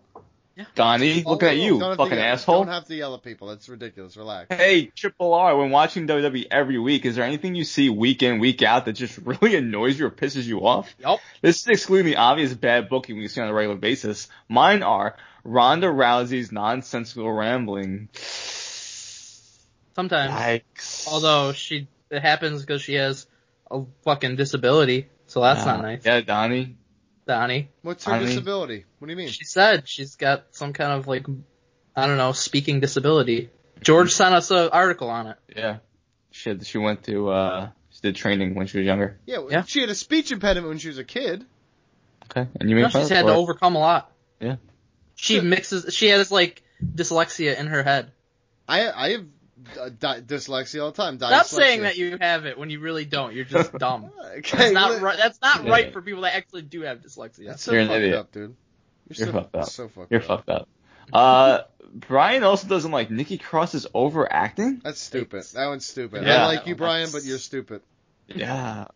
S3: Donnie, looking at you,
S1: Don't have to
S3: fucking
S1: yell-
S3: asshole.
S1: Oh, Don't have to yell at people. That's ridiculous. Relax.
S3: Hey, Triple R, when watching WWE every week, is there anything you see week in, week out that just really annoys you or pisses you off?
S4: Yup.
S3: This is excluding the obvious bad booking we see on a regular basis. Mine are Ronda Rousey's nonsensical rambling.
S4: Sometimes.
S3: Yikes.
S4: Although she, it happens because she has a fucking disability, so that's
S3: Yeah.
S4: not nice,
S3: Uh, Yeah, Donnie.
S4: Donnie.
S1: What's her
S3: I mean-
S1: disability? What do you mean?
S4: She said she's got some kind of like, I don't know, speaking disability. George sent us an article on it.
S3: Yeah. She, had- she went to, uh, she did training when she was younger.
S1: Yeah, well,
S4: Yeah.
S1: she had a speech impediment when she was a kid.
S3: Okay. And you
S4: You
S3: made
S4: know,
S3: fun
S4: she's
S3: of
S4: had
S3: her
S4: to
S3: for it?
S4: overcome a lot.
S3: Yeah.
S4: She mixes, she has like dyslexia in her head.
S1: I I have uh, di- dyslexia all the time.
S4: Stop saying that you have it when you really don't. You're just dumb.
S1: Okay,
S4: That's not
S1: li-
S4: right. That's not
S3: Yeah.
S4: right for people that actually do have dyslexia.
S1: That's so
S3: You're an
S1: fucked
S3: idiot.
S1: up, dude. You're,
S3: You're
S1: so,
S3: fucked up.
S1: So fucked
S3: You're
S1: up.
S3: fucked up. Uh, Brian also doesn't like Nikki Cross's overacting.
S1: That's stupid. That one's stupid. I
S3: Yeah.
S1: like you, Brian, but you're stupid.
S3: Yeah.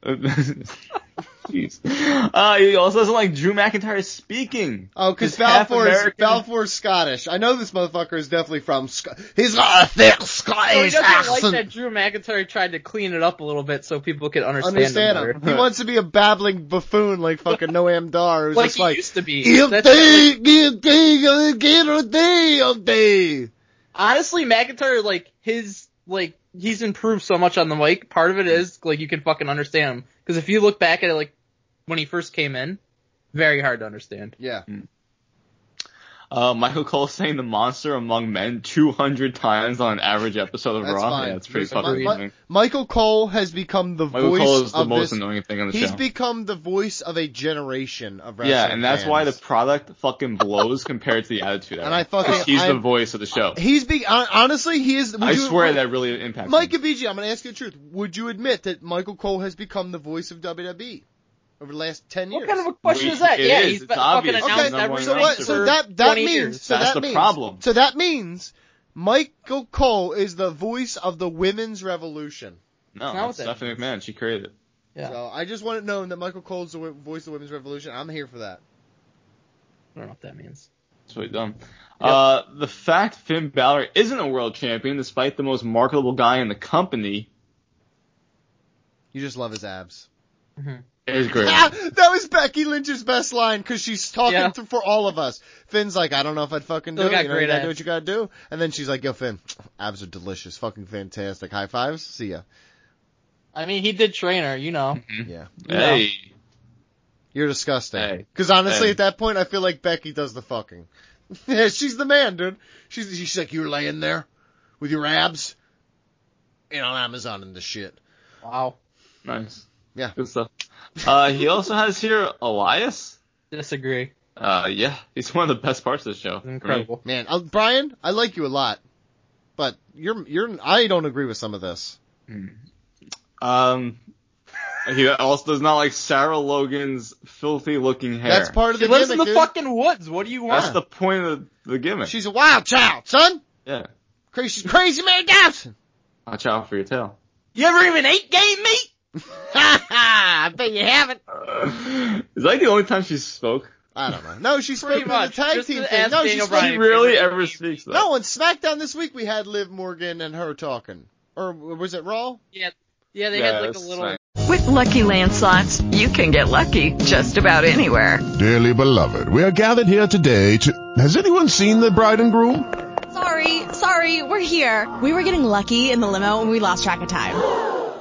S3: Jeez. Uh, he also doesn't like Drew McIntyre speaking.
S1: Oh, because
S3: He's half
S1: Balfour is
S3: American.
S1: Balfour's Scottish. I know this motherfucker is definitely from. Sc- he's got a thick
S4: So he
S1: Scottish
S4: doesn't like that
S1: accent.
S4: Drew McIntyre tried to clean it up a little bit so people could understand,
S1: Understand
S4: him.
S1: him?
S4: better.
S1: He wants to be a babbling buffoon like fucking Noam Dar, who's
S4: Like
S1: just
S4: he
S1: like.
S4: used to be.
S1: "If
S4: That's
S1: they-
S4: like-
S1: if they gonna get a day of day."
S4: honestly, McIntyre, like his, like he's improved so much on the mic. Part of it is like you can fucking understand him because if you look back at it, like when he first came in, very hard to understand.
S1: Yeah.
S3: Uh, Michael Cole saying the monster among men 200 times on an average episode of
S1: That's
S3: Raw.
S1: fine.
S3: Yeah, that's pretty
S1: Listen,
S3: fucking
S1: Mi- Mi-
S3: annoying.
S1: Michael Cole has become the
S3: Michael
S1: voice
S3: Cole is the
S1: of
S3: most
S1: this.
S3: annoying thing on the
S1: He's
S3: show.
S1: become the voice of a generation of wrestling
S3: yeah, and that's
S1: fans.
S3: why the product fucking blows compared to the Attitude Era.
S1: And I fucking-
S3: 'Cause he's the
S1: I'm-
S3: voice of the show.
S1: He's be hon- honestly he is. would
S3: I
S1: you-
S3: swear that really impacts
S1: Mike
S3: me.
S1: and BG, I'm going to ask you the truth. Would you admit that Michael Cole has become the voice of WWE over the last 10 years?
S4: What kind of a question
S3: We-
S4: is that?
S3: it
S4: yeah,
S3: is.
S4: he's
S3: It's
S4: fucking
S3: obvious.
S4: announced
S1: okay,
S3: Number
S4: every
S3: one
S1: so, what,
S4: night
S3: announcer.
S1: so
S4: for
S1: that, that
S4: 20
S1: means,
S4: years.
S1: so
S3: That's
S1: that
S3: the
S1: means,
S3: problem.
S1: so that means Michael Cole is the voice of the women's revolution.
S3: No,
S4: not what
S3: that's
S4: that
S3: Stephanie McMahon. She created it.
S4: Yeah.
S1: So I just want it known that Michael Cole's the wo- voice of the women's revolution. I'm here for that.
S4: I don't know what that means.
S3: It's really dumb. Uh, the fact Finn Balor isn't a world champion, despite the most marketable guy in the company,
S1: You just love his abs.
S3: is great.
S1: Ah, that was Becky Lynch's best line because she's talking
S4: Yeah.
S1: to- for all of us. Finn's like, I don't know if I'd fucking do
S4: Still
S1: it.
S4: got
S1: You, know, you
S4: great
S1: gotta do
S4: abs.
S1: what you gotta do. And then she's like, Yo, Finn, abs are delicious. Fucking fantastic. High fives. See ya.
S4: I mean, he did train her, you know.
S1: Yeah.
S3: Hey,
S1: You're disgusting.
S3: Hey.
S1: Because honestly,
S3: Hey.
S1: at that point, I feel like Becky does the fucking. Yeah, she's the man, dude. She's she's like, you're laying there with your abs, and on Amazon and the shit.
S4: Wow.
S3: nice.
S1: Yeah.
S3: Good stuff. Uh, he also has here Elias.
S4: Disagree.
S3: Uh, yeah, he's one of the best parts of the show.
S4: Incredible.
S1: Man, uh, Brian, I like you a lot, but you're you're I don't agree with some of this.
S3: Um, he also does not like Sarah Logan's filthy looking hair.
S1: That's part of
S4: She
S1: the
S4: lives
S1: gimmick,
S4: in the
S1: dude.
S4: fucking woods. What do you want?
S3: That's the point of the, the gimmick.
S1: She's a wild child, son.
S3: yeah.
S1: Crazy, she's crazy, man, Dobson.
S3: Watch out for your tail.
S4: you ever even ate game meat?
S1: Ha ha! I bet you haven't.
S3: Is that the only time she spoke?
S1: I don't know. No, she's
S4: Pretty
S1: spoken in the
S4: much.
S1: tag
S4: Just
S1: team
S4: to
S1: thing.
S4: ask
S1: No,
S4: Daniel
S1: she's
S4: Bryan.
S3: She rarely ever speaks though.
S1: No, on SmackDown this week we had Liv Morgan and her talking. Or was it Raw?
S4: Yeah, yeah, they had like a
S3: Yes,
S4: little.
S3: right.
S12: With Lucky Land slots, you can get lucky just about anywhere.
S13: Dearly beloved, we are gathered here today to. Has anyone seen the bride and groom?
S2: Sorry, sorry, we're here. We were getting lucky in the limo and we lost track of time.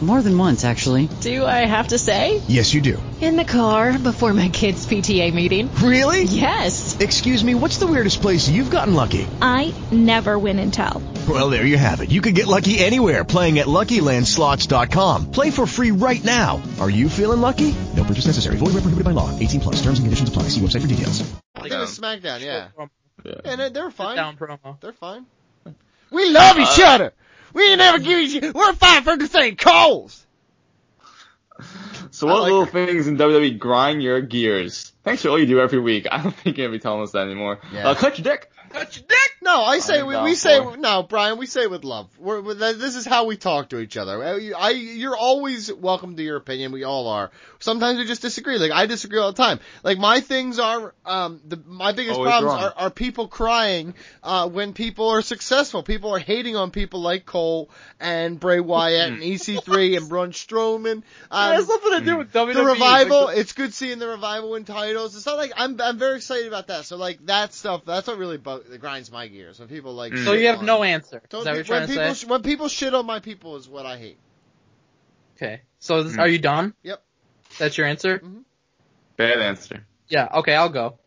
S11: More than once, actually.
S2: Do I have to say?
S9: Yes, you do.
S2: In the car before my kids' PTA meeting.
S9: Really?
S2: Yes.
S9: Excuse me, what's the weirdest place you've gotten lucky?
S10: I never win and tell.
S9: Well, there you have it. You can get lucky anywhere playing at LuckyLandSlots.com. Play for free right now. Are you feeling lucky? No purchase necessary. Void where prohibited by law. 18 plus. Terms and conditions apply. See website for details.
S1: It was SmackDown, yeah.
S3: Yeah.
S1: And they- they're fine.
S4: Down promo.
S1: They're fine. We love each
S3: Uh,
S1: other. We ain't never give each We're fine for the same cause.
S3: So what
S1: I like
S3: little things in WWE grind your gears? Thanks for all you do every week. I don't think you're gonna be telling us that anymore.
S1: Yeah.
S3: Uh, cut your dick.
S1: No, I say
S3: I'm
S1: we,
S3: down
S1: we say
S3: for it.
S1: no, Brian. We say with love. We're, we're, this is how we talk to each other. I, I- you're always welcome to your opinion. We all are. Sometimes we just disagree. Like I disagree all the time. Like my things are um the my biggest
S3: Always
S1: problems
S3: wrong.
S1: are, are people crying uh when people are successful. People are hating on people like Cole and Bray Wyatt and EC3 and Braun Strowman.
S4: It
S1: Um,
S4: has nothing to do with WWE.
S1: the revival.
S4: Like,
S1: it's good seeing the revival win titles. It's not like I'm I'm very excited about that. So like that stuff. That's what really bu- that grinds my gears when people like.
S4: so
S1: shit
S4: you have
S1: on-
S4: no answer.
S1: Hmm. Don't
S4: Is that what
S1: pe-
S4: you're trying
S1: when
S4: to
S1: people
S4: say?
S1: sh- when people shit on my people is what I hate.
S4: okay. So this, are you done?
S1: Hmm. Yep.
S4: That's your answer?
S3: Bad answer.
S4: Yeah. Okay, I'll go.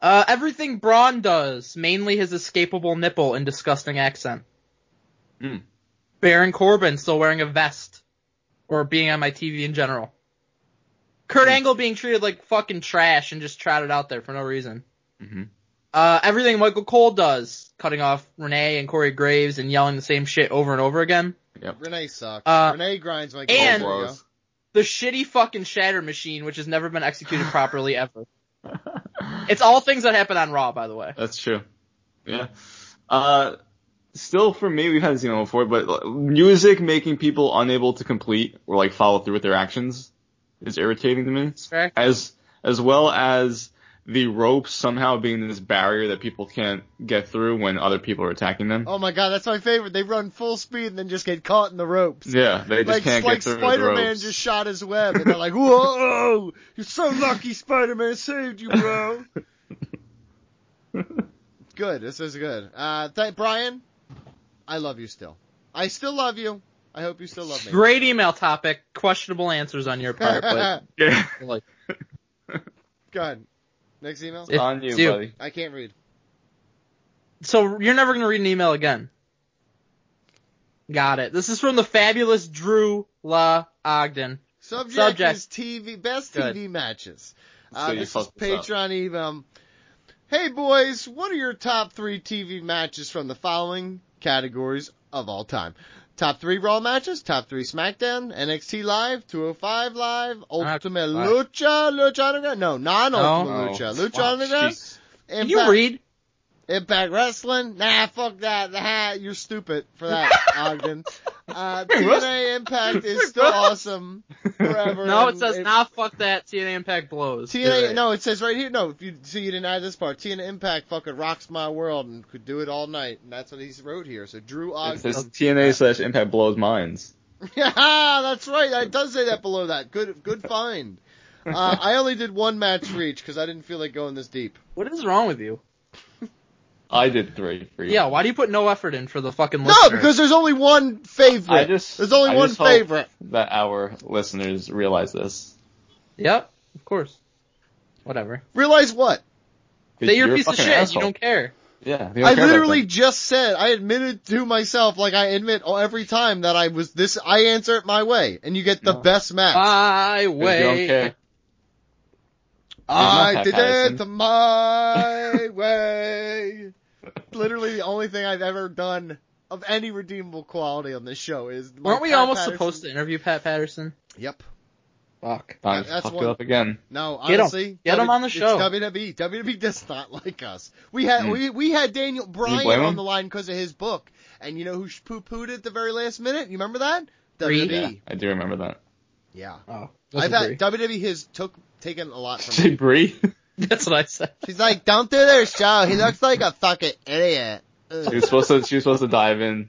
S4: Uh, everything Braun does, mainly his escapable nipple and disgusting accent.
S3: Mm.
S4: Baron Corbin still wearing a vest, or being on my TV in general. Kurt Angle being treated like fucking trash and just trotted out there for no reason.
S3: Mhm.
S4: Uh, everything Michael Cole does, cutting off Renee and Corey Graves and yelling the same shit over and over again.
S1: Renee sucks.
S4: Uh,
S1: Renee grinds my gears.
S4: and-
S1: There you go.
S4: the shitty fucking shatter machine, which has never been executed properly ever. It's all things that happen on Raw, by the way.
S3: That's true. Yeah. Uh, still for me, we've had this email before, but like, music making people unable to complete or like follow through with their actions is irritating to me.
S4: Fair.
S3: As as well as the ropes somehow being this barrier that people can't get through when other people are attacking them.
S1: Oh my god, that's my favorite. They run full speed and then just get caught in the ropes.
S3: Yeah, they just
S1: like
S3: can't
S1: like
S3: get through
S1: Spider
S3: the
S1: Man
S3: ropes.
S1: just shot his web and they're like, whoa, you're so lucky. Spider Man saved you, bro. good. This is good. Uh, th- Brian, I love you still. I still love you. I hope you still love me.
S4: Great email topic, questionable answers on your part, but
S3: Yeah.
S4: like,
S1: Go ahead. Next email.
S4: It's
S3: on you,
S4: you.
S3: buddy.
S1: I can't read.
S4: so you're never gonna read an email again. Got it. This is from the fabulous Drew La Ogden.
S1: Subject,
S4: Subject.
S1: is TV best
S4: Good.
S1: TV matches.
S3: So
S1: Uh,
S3: you
S1: this is
S3: fucked this up.
S1: Patreon email. Hey boys, what are your top three TV matches from the following categories of all time. Top three Raw matches, top three SmackDown, NXT Live, 205 Live, Ultima Lucha, Lucha Underground. No, non Ultima
S4: No.
S1: Lucha,
S4: No.
S1: Lucha
S4: Wow,
S1: Underground.
S4: jeez.
S1: Impact,
S4: you read?
S1: Impact Wrestling. Nah, fuck that. Nah, you're stupid for that, Ogden. Uh,
S4: Wait, what?
S1: TNA Impact is still awesome forever.
S4: No, it
S1: and
S4: says, nah, fuck that. TNA Impact blows.
S1: TNA, no, it says right here. No, if you see, you didn't add this part. TNA Impact fucking rocks my world and could do it all night, and that's what he's wrote here. So Drew
S3: It
S1: Ogden.
S3: says TNA slash Impact blows minds.
S1: yeah, that's right. It does say that below that. Good, good find. Uh, I only did one match for each because I didn't feel like going this deep.
S4: What is wrong with you?
S3: I did three for you.
S4: Yeah, why do you put no effort in for the fucking
S1: No,
S4: listeners?
S1: because there's only one favorite.
S3: I just
S1: there's only
S3: I
S1: one
S3: just hope
S1: favorite.
S3: that our listeners realize this.
S4: Yep, of course. Whatever.
S1: Realize what?
S3: 'Cause
S4: That you're,
S3: you're
S4: a
S3: a
S4: piece of
S3: fucking
S4: shit.
S3: asshole.
S4: You don't care.
S3: Yeah,
S1: I literally just said I admitted to myself, like I admit all- every time that I was this. I answer it my way, and you get the best match.
S4: Ah, My way.
S1: I
S4: Matt
S1: did
S4: ah, Patterson.
S1: it the my way. Literally the only thing I've ever done of any redeemable quality on this show is. my
S4: Weren't we
S1: Pat
S4: almost
S1: Patterson-
S4: supposed to interview Pat Patterson?
S1: Yep.
S4: Fuck.
S3: Time to
S1: That's
S3: fuck
S1: one-
S3: it up again.
S1: No,
S4: Get 'em.
S1: honestly,
S4: Get 'em
S1: W- E.
S4: on the
S1: it's
S4: show.
S1: WWE, WWE does not like us. We had
S3: Mm.
S1: we, we had Daniel Bryan
S3: blame
S1: on
S3: him?
S1: the line because of his book, and you know who poo pooed at the very last minute? You remember that? WWE.
S3: Yeah, I do remember that.
S1: Yeah.
S4: Oh,
S1: I've had WWE has took taken a lot from.
S3: Say
S1: me.
S3: Bree.
S4: That's what I said.
S1: She's like, don't do their show. He looks like a fucking idiot. Ugh.
S3: She was supposed to. She was supposed to dive in.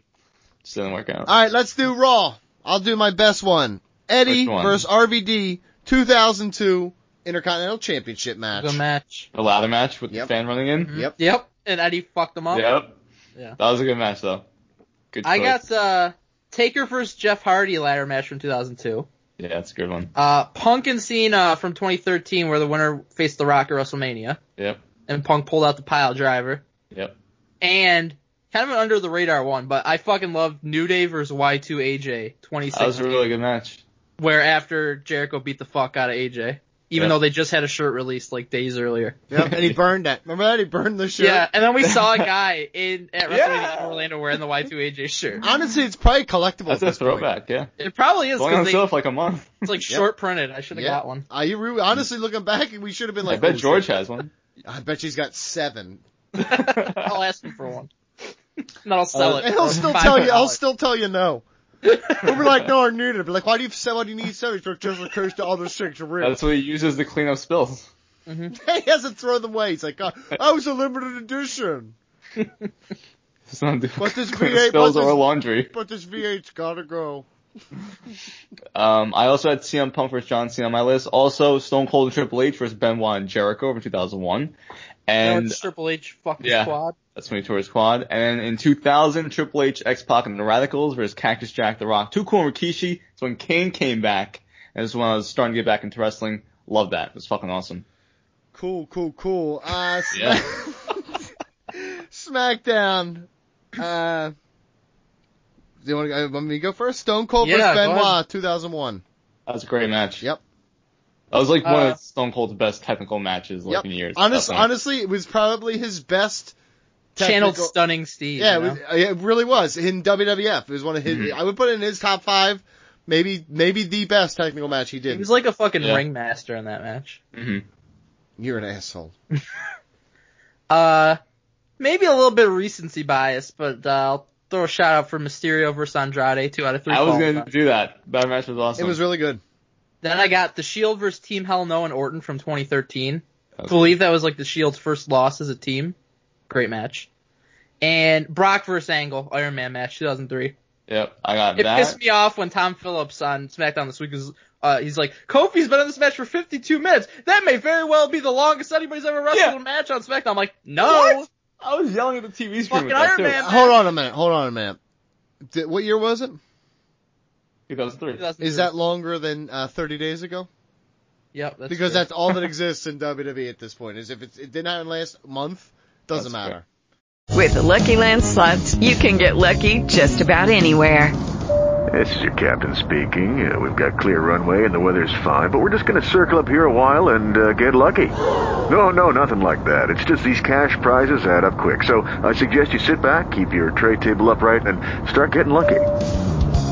S3: Just didn't work out.
S1: All right, let's do Raw. I'll do my best one. Eddie
S3: Which one?
S1: versus RVD, 2002 Intercontinental Championship match.
S4: The match.
S3: The ladder match with
S1: Yep. Mm-hmm.
S3: the fan running in.
S1: Yep.
S4: Yep. And Eddie fucked them up.
S3: Yep.
S4: Yeah.
S3: That was a good match though. Good.
S4: I
S3: choice.
S4: got uh, Taker versus Jeff Hardy ladder match from 2002.
S3: Yeah, that's a good one.
S4: Uh, Punk and Cena from 2013, where the winner faced The Rock at WrestleMania,
S3: Yep.
S4: and Punk pulled out the pile driver.
S3: Yep.
S4: And kind of an under the radar one, but I fucking love New Day versus Y2AJ 26,
S3: That was a really good match.
S4: where after Jericho beat the fuck out of AJ, even
S3: Yep.
S4: though they just had a shirt released like days earlier.
S1: Yep, and he burned it. Remember that? He burned the shirt.
S4: Yeah, and then we saw a guy in at WrestleMania
S3: Yeah.
S4: Orlando wearing the Y2AJ shirt.
S1: Honestly, it's probably collectible.
S3: That's
S1: at
S3: a
S1: this point.
S3: throwback. Yeah.
S4: It probably is
S3: Going on
S4: because
S3: sale for like a month.
S4: it's like
S1: Yep.
S4: short printed. I should have
S1: Yeah.
S4: got one.
S1: Are you re- honestly looking back? We should have been like.
S3: I bet
S1: "Oh,
S3: George
S1: shit."
S3: has one.
S1: I bet she's got seven.
S4: I'll ask him for one. And I'll sell
S3: Uh,
S4: it.
S1: And he'll
S4: for
S1: still
S4: $5.
S1: tell you. I'll still tell you no. We'll be like, no, I'm neutered. Be like, why do you say what you need seven? It just occurs to other six real.
S3: That's what he uses to clean up spills.
S1: he doesn't throw them away. He's like, oh, I was a limited edition.
S3: It's not doing
S1: What's this
S3: clean up
S1: V8?
S3: spills
S1: What's
S3: or
S1: this-
S3: laundry.
S1: But this V8's gotta go.
S3: Um, I also had CM Punk versus John Cena on my list. Also, Stone Cold and Triple H versus Benoit and Jericho from 2001.
S4: You know,
S3: And
S4: it's Triple H fucking
S3: Yeah.
S4: squad.
S3: That's when he tore his quad. And in 2000, Triple H, X-Pac, and the Radicals versus Cactus Jack, The Rock, Too Cool, and Rikishi. It's when Kane came back. And this is when I was starting to get back into wrestling. Love that. It was fucking awesome.
S1: Cool, cool, cool. Uh,
S3: Yeah.
S1: SmackDown. Uh, do you want, to, want me to go first? Stone Cold versus
S4: Yeah, go
S1: Benoit, 2001.
S3: That was a great match.
S1: Yep.
S3: That was like one
S4: Uh,
S3: of Stone Cold's best technical matches like
S1: Yep.
S3: in years.
S1: Honest,
S3: Definitely.
S1: honestly, it was probably his best.
S4: Channeled
S1: technical-
S4: stunning Steve.
S1: Yeah, it,
S4: you know? Mm-hmm.
S1: was, it really was in WWF. It was one of his. I would put it in his top five, maybe maybe the best technical match he
S4: he
S1: did.
S4: was like a fucking
S3: Yeah.
S4: ringmaster in that match.
S3: Mhm.
S1: You're an asshole.
S4: Uh, maybe a little bit of recency bias, but uh, I'll throw a shout out for Mysterio versus Andrade, two out of three.
S3: I was
S4: falls.
S3: gonna do that. That match was awesome.
S1: It was really good.
S4: Then I got the Shield versus Team Hell No and Orton from 2013. I
S3: Okay.
S4: believe that was like the Shield's first loss as a team. Great match. And Brock versus Angle, Iron Man match, 2003.
S3: Yep. I got
S4: It
S3: that.
S4: pissed me off when Tom Phillips on SmackDown this week was, uh, he's like, Kofi's been in this match for 52 minutes. That may very well be the longest anybody's ever wrestled
S3: Yeah.
S4: a match on SmackDown. I'm like, no,
S3: What? I was yelling at the TV screen.
S4: Fucking
S3: with that,
S4: Iron
S3: too.
S4: Man.
S1: Hold on a minute. Hold on a minute. Did, what year was it?
S3: 2003.
S4: 2003.
S1: Is that longer than uh, 30 days ago?
S4: Yep. That's
S1: because
S4: true.
S1: that's all that exists in WWE at this point. Is if it's, it did not last month, doesn't
S3: That's
S1: matter.
S12: With the Lucky Land slots, you can get lucky just about anywhere.
S14: This is your captain speaking. Uh, we've got clear runway and the weather's fine, but we're just going to circle up here a while and uh, get lucky. No, no, nothing like that. It's just these cash prizes add up quick. So I suggest you sit back, keep your tray table upright, and start getting lucky.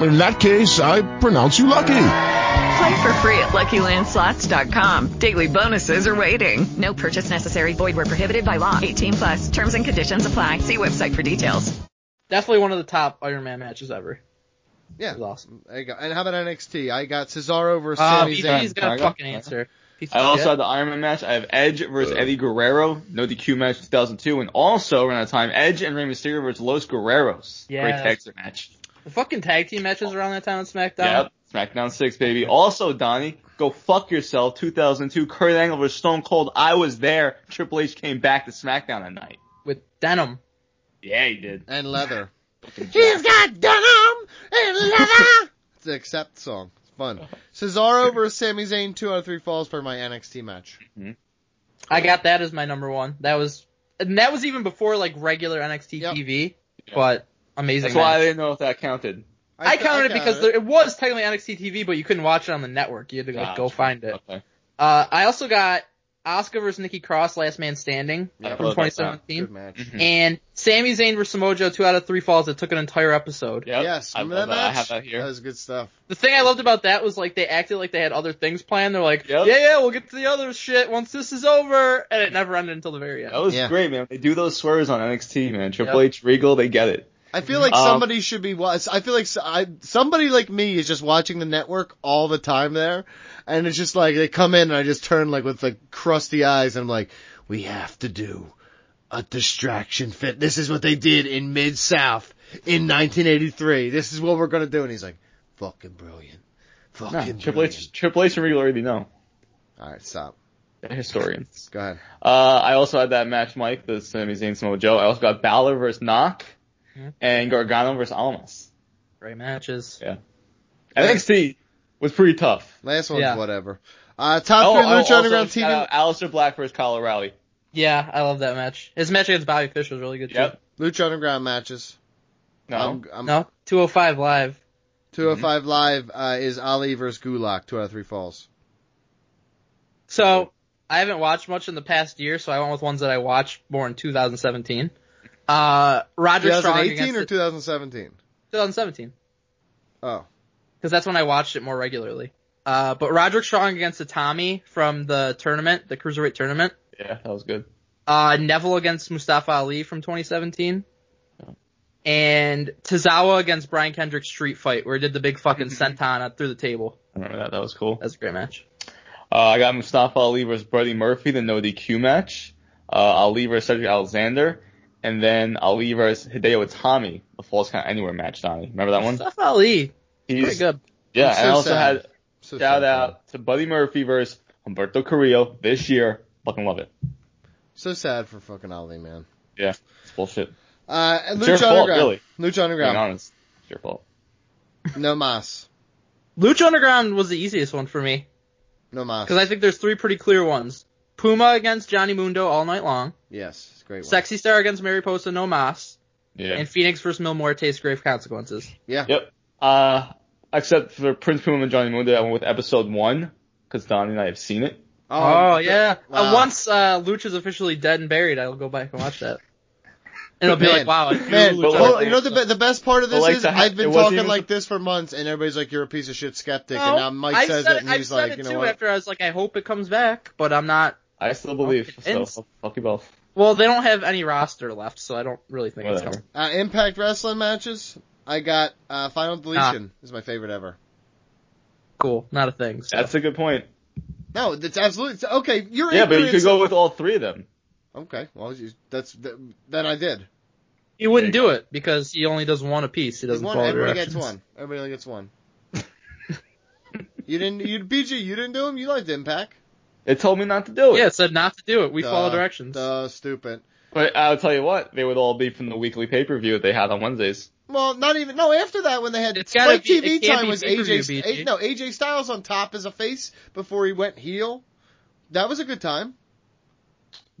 S13: In that case, I pronounce you lucky.
S12: Play for free at LuckyLandSlots.com. Daily bonuses are waiting. No purchase necessary. Void where prohibited by law. 18 plus terms and conditions apply. See website for details.
S4: Definitely one of the top Iron Man matches ever.
S1: Yeah, awesome. There you go. And how about NXT? I got Cesaro versus
S4: Ah,
S1: Sami
S4: BJ 's
S1: Zayn.
S4: got a fucking answer. Piece of
S3: I also
S4: shit.
S3: have the Iron Man match. I have Edge versus Eddie Guerrero, no DQ match 2002, and also around that time, Edge and Rey Mysterio versus Los Guerreros.
S4: Yeah.
S3: Great tag team match.
S4: The fucking tag team matches around that time on SmackDown.
S3: Yep. SmackDown 6, baby. Also, Donnie, go fuck yourself. 2002, Kurt Angle versus Stone Cold. I was there. Triple H came back to SmackDown that night.
S4: With denim.
S3: Yeah, he did.
S1: And leather.
S3: He's
S1: got denim and leather. It's the accept song. It's fun. Cesaro versus Sami Zayn, two out of three falls for my NXT match.
S4: I got that as my number one. That was, and that was even before like regular NXT TV, but amazing.
S3: That's why I
S4: match.
S3: didn't know if that counted.
S4: I,
S3: I-
S4: counted
S3: I
S4: it because
S3: counted.
S4: there, it was technically NXT TV, but you couldn't watch it on the network. You had to like
S3: Gotcha.
S4: go find it.
S3: Okay.
S4: Uh, I also got Oscar versus Nikki Cross, Last Man Standing
S3: Yeah,
S4: from
S3: I love that match.
S4: 2017,
S3: Good match. Mhm.
S4: and Sami Zayn versus Samojo, two out of three falls that took an entire episode.
S1: Yes,
S3: I
S1: remember
S3: love
S1: that
S3: that. I
S1: match?
S3: have that here.
S1: That was good stuff.
S4: The thing I loved about that was like they acted like they had other things planned. They're like, yeah, yeah, we'll get to the other shit once this is over, and it never ended until the very end.
S3: That was great, man. They do those swerves on NXT, man. Triple
S4: Yep.
S3: H, Regal, they get it.
S1: I feel like
S3: Um,
S1: somebody should be. wa- I feel like s I somebody like me is just watching the network all the time there, and it's just like they come in and I just turn like with like crusty eyes and I'm like, we have to do a distraction fit. This is what they did in Mid South in 1983. This is what we're gonna do. And he's like, fucking brilliant,
S3: Nah,
S1: fucking
S3: Triple H, Triple H and Regal already know.
S1: All right, stop.
S3: They're historians.
S1: Go ahead.
S3: Uh, I also had that match, Mike, the Sami Zayn Samoa Joe. I also got Balor versus Knock,
S1: Hmm.
S4: Mhm.
S3: and Gargano versus Almas.
S4: Great matches.
S3: Yeah. NXT was pretty tough. Oh,
S1: Last one's
S3: Yeah.
S1: whatever. Uh, top three Lucha
S3: uh,
S1: Underground TV.
S3: Alistair Black versus Kyle O'Reilly.
S4: Yeah, I love that match. His match against Bobby Fish was really good too.
S3: Yep.
S1: Lucha Underground matches.
S3: No.
S1: I'm, I'm,
S4: No, 205 live.
S1: 205 Live uh, is Ali versus Gulak, two out of three falls.
S4: So I haven't watched much in the past year, so I went with ones that I watched more in 2017. Uh, Roger Strong
S1: 2018
S4: against
S1: or 2017?
S4: 2017.
S1: Oh.
S4: Because that's when I watched it more regularly. Uh, but Roderick Strong against Tommy from the tournament, the cruiserweight tournament.
S3: Yeah, that was good.
S4: Uh, Neville against Mustafa Ali from 2017. And Tazawa against Brian Kendrick's street fight, where he did the big fucking senton through the table.
S3: I remember that. That was cool.
S4: That's a great match.
S3: Uh, I got Mustafa Ali versus Buddy Murphy, the no DQ match. Uh, Ali versus Cedric Alexander, and then Ali versus Hideo Itami, the Falls Count Anywhere match. Donnie, remember that one?
S4: Mustafa Ali,
S3: He's
S4: pretty good.
S3: Yeah,
S4: I'm so
S3: and I also
S4: sad.
S3: had shout out to Buddy Murphy versus Humberto Carrillo this year. Fucking love it.
S1: So sad for fucking Ali, man.
S3: Yeah, it's bullshit.
S1: Uh, and
S3: It's your
S1: Lucha
S3: fault,
S1: Underground.
S3: really.
S1: Lucha
S3: Being
S1: Underground.
S3: honest, it's your fault.
S1: No mas.
S4: Lucha Underground was the easiest one for me.
S1: No mas.
S4: Because I think there's three pretty clear ones. Puma against Johnny Mundo all night long.
S1: Yes, it's a great one.
S4: Sexy Star against Mariposa No Mas.
S3: Yeah.
S4: And Phoenix versus Mil Muertes Grave Consequences.
S1: Yeah.
S3: Yep. Uh, except for Prince Puma and Johnny Mundo, I went with episode one because Donnie and I have seen it.
S4: Oh, yeah.
S3: wow.
S4: Uh, once uh, Lucha's officially dead and buried, I'll go back and watch that. And it'll be
S1: Man,
S4: like, wow. I do
S1: Man,
S4: Lucha
S1: well,
S4: Underground.
S1: you know the, be- the best part of
S4: But
S1: this
S4: like
S1: is
S4: the-
S1: I've
S4: it
S1: been
S4: wasn't
S1: talking
S4: even-
S1: like this for months, and everybody's like, "You're a piece of shit skeptic,"
S4: No,
S1: and now Mike
S4: I've
S1: says
S4: said
S1: it, and
S4: I've
S1: he's
S4: said
S1: like,
S4: it
S1: "You
S4: too
S1: know what?"
S4: after I was like, I hope it comes back, but I'm not.
S3: I still believe.
S4: convinced.
S3: So fuck you both.
S4: Well, they don't have any roster left, so I don't really think
S3: Whatever.
S4: it's coming.
S1: Uh, Impact Wrestling matches. I got uh,
S4: Ah.
S1: Final Deletion is my favorite ever.
S4: Cool. Not a thing. so.
S3: That's a good point.
S1: No, that's absolutely it's- okay. You're
S3: Yeah, but you could go with all three of them.
S1: Okay, well, you- that's th- then I did.
S4: He wouldn't do it because he only does one a piece. He doesn't
S1: One,
S4: follow
S1: everybody
S4: directions.
S1: gets one. Everybody gets one. You didn't. You BG. You didn't do him. You liked Impact.
S3: It told me not to do it.
S4: Yeah, it said not to do it. We
S1: Duh,
S4: follow directions.
S1: Duh, stupid.
S3: But I'll tell you what, they would all be from the weekly pay per view that they had on Wednesdays.
S1: Well, not even. No, after that when they had
S4: It's gotta
S1: like
S4: be-
S1: TV
S4: it can't
S1: time
S4: be
S1: was
S4: pay-per-view,
S1: AJ.
S4: BG.
S1: no, AJ Styles on top as a face before he went heel. That was a good time.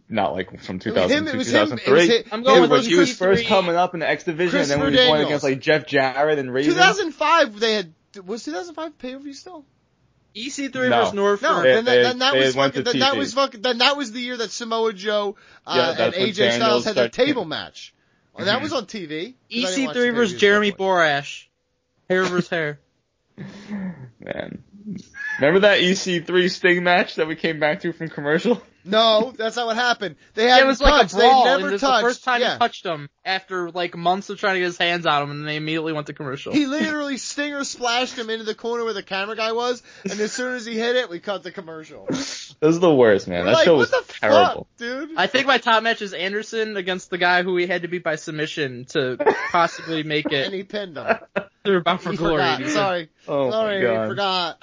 S3: Not like from
S1: was him- it
S3: 2000
S1: was him- it was
S3: 2003.
S1: him-
S4: I'm going with
S3: when
S4: those
S3: he was
S4: Chris
S3: first
S4: three-
S3: coming up in the X division, and then when he was
S1: Christopher
S3: going
S1: Daniels.
S3: against like Jeff Jarrett and Raven.
S1: 2005 they had was 2005 pay per view still.
S4: EC3
S3: No.
S4: E versus North.
S1: No,
S3: They-
S1: then, that
S3: they-
S1: then that
S3: they
S1: was
S3: went
S1: fucking,
S3: to
S1: then that
S3: TJ.
S1: was fucking, then that was the year that Samoa Joe
S3: Yeah,
S1: uh, and
S3: that's when
S1: AJ Styles
S3: Daniels
S1: had their
S3: started-
S1: table match. Well, that
S3: Mhm.
S1: was on TV. 'cause I didn't watch
S4: EC3 E versus
S1: pay-per-views.
S4: Jeremy Borash. Hair versus hair.
S3: Man, remember that EC3 Sting match that we came back to from commercial?
S1: No, that's not what happened. They
S4: Yeah,
S1: had
S4: it was like a brawl.
S1: They
S4: and
S1: never
S4: this
S1: touched.
S4: is the first time
S1: yeah.
S4: he touched him after like months of trying to get his hands on him, and they immediately went to commercial.
S1: He literally stinger splashed him into the corner where the camera guy was, and as soon as he hit it, we cut the commercial.
S3: This is the worst, man.
S1: We're
S3: that
S1: like,
S3: show
S1: what
S3: was
S1: the fuck,
S3: terrible.
S1: dude.
S4: I think my top match is Anderson against the guy who he had to beat by submission to possibly make
S1: And
S4: it
S1: he pinned him.
S4: through Bound for
S1: He
S4: Glory.
S1: forgot.
S4: He said,
S1: Sorry.
S3: Oh
S1: Sorry,
S3: my god.
S1: we forgot.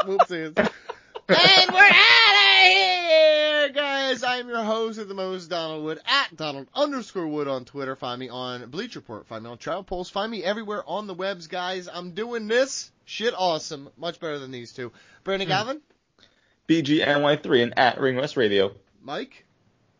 S1: Whoopsies. and we're out of here, guys. I am your host of the most, Donald Wood, at Donald underscore Wood on Twitter. Find me on Bleach Report. Find me on Travel Pulse. Find me everywhere on the webs, guys. I'm doing this shit awesome. Much better than these two. Brandon Gavin,
S3: BGNY3 and at Ring West Radio.
S1: Mike,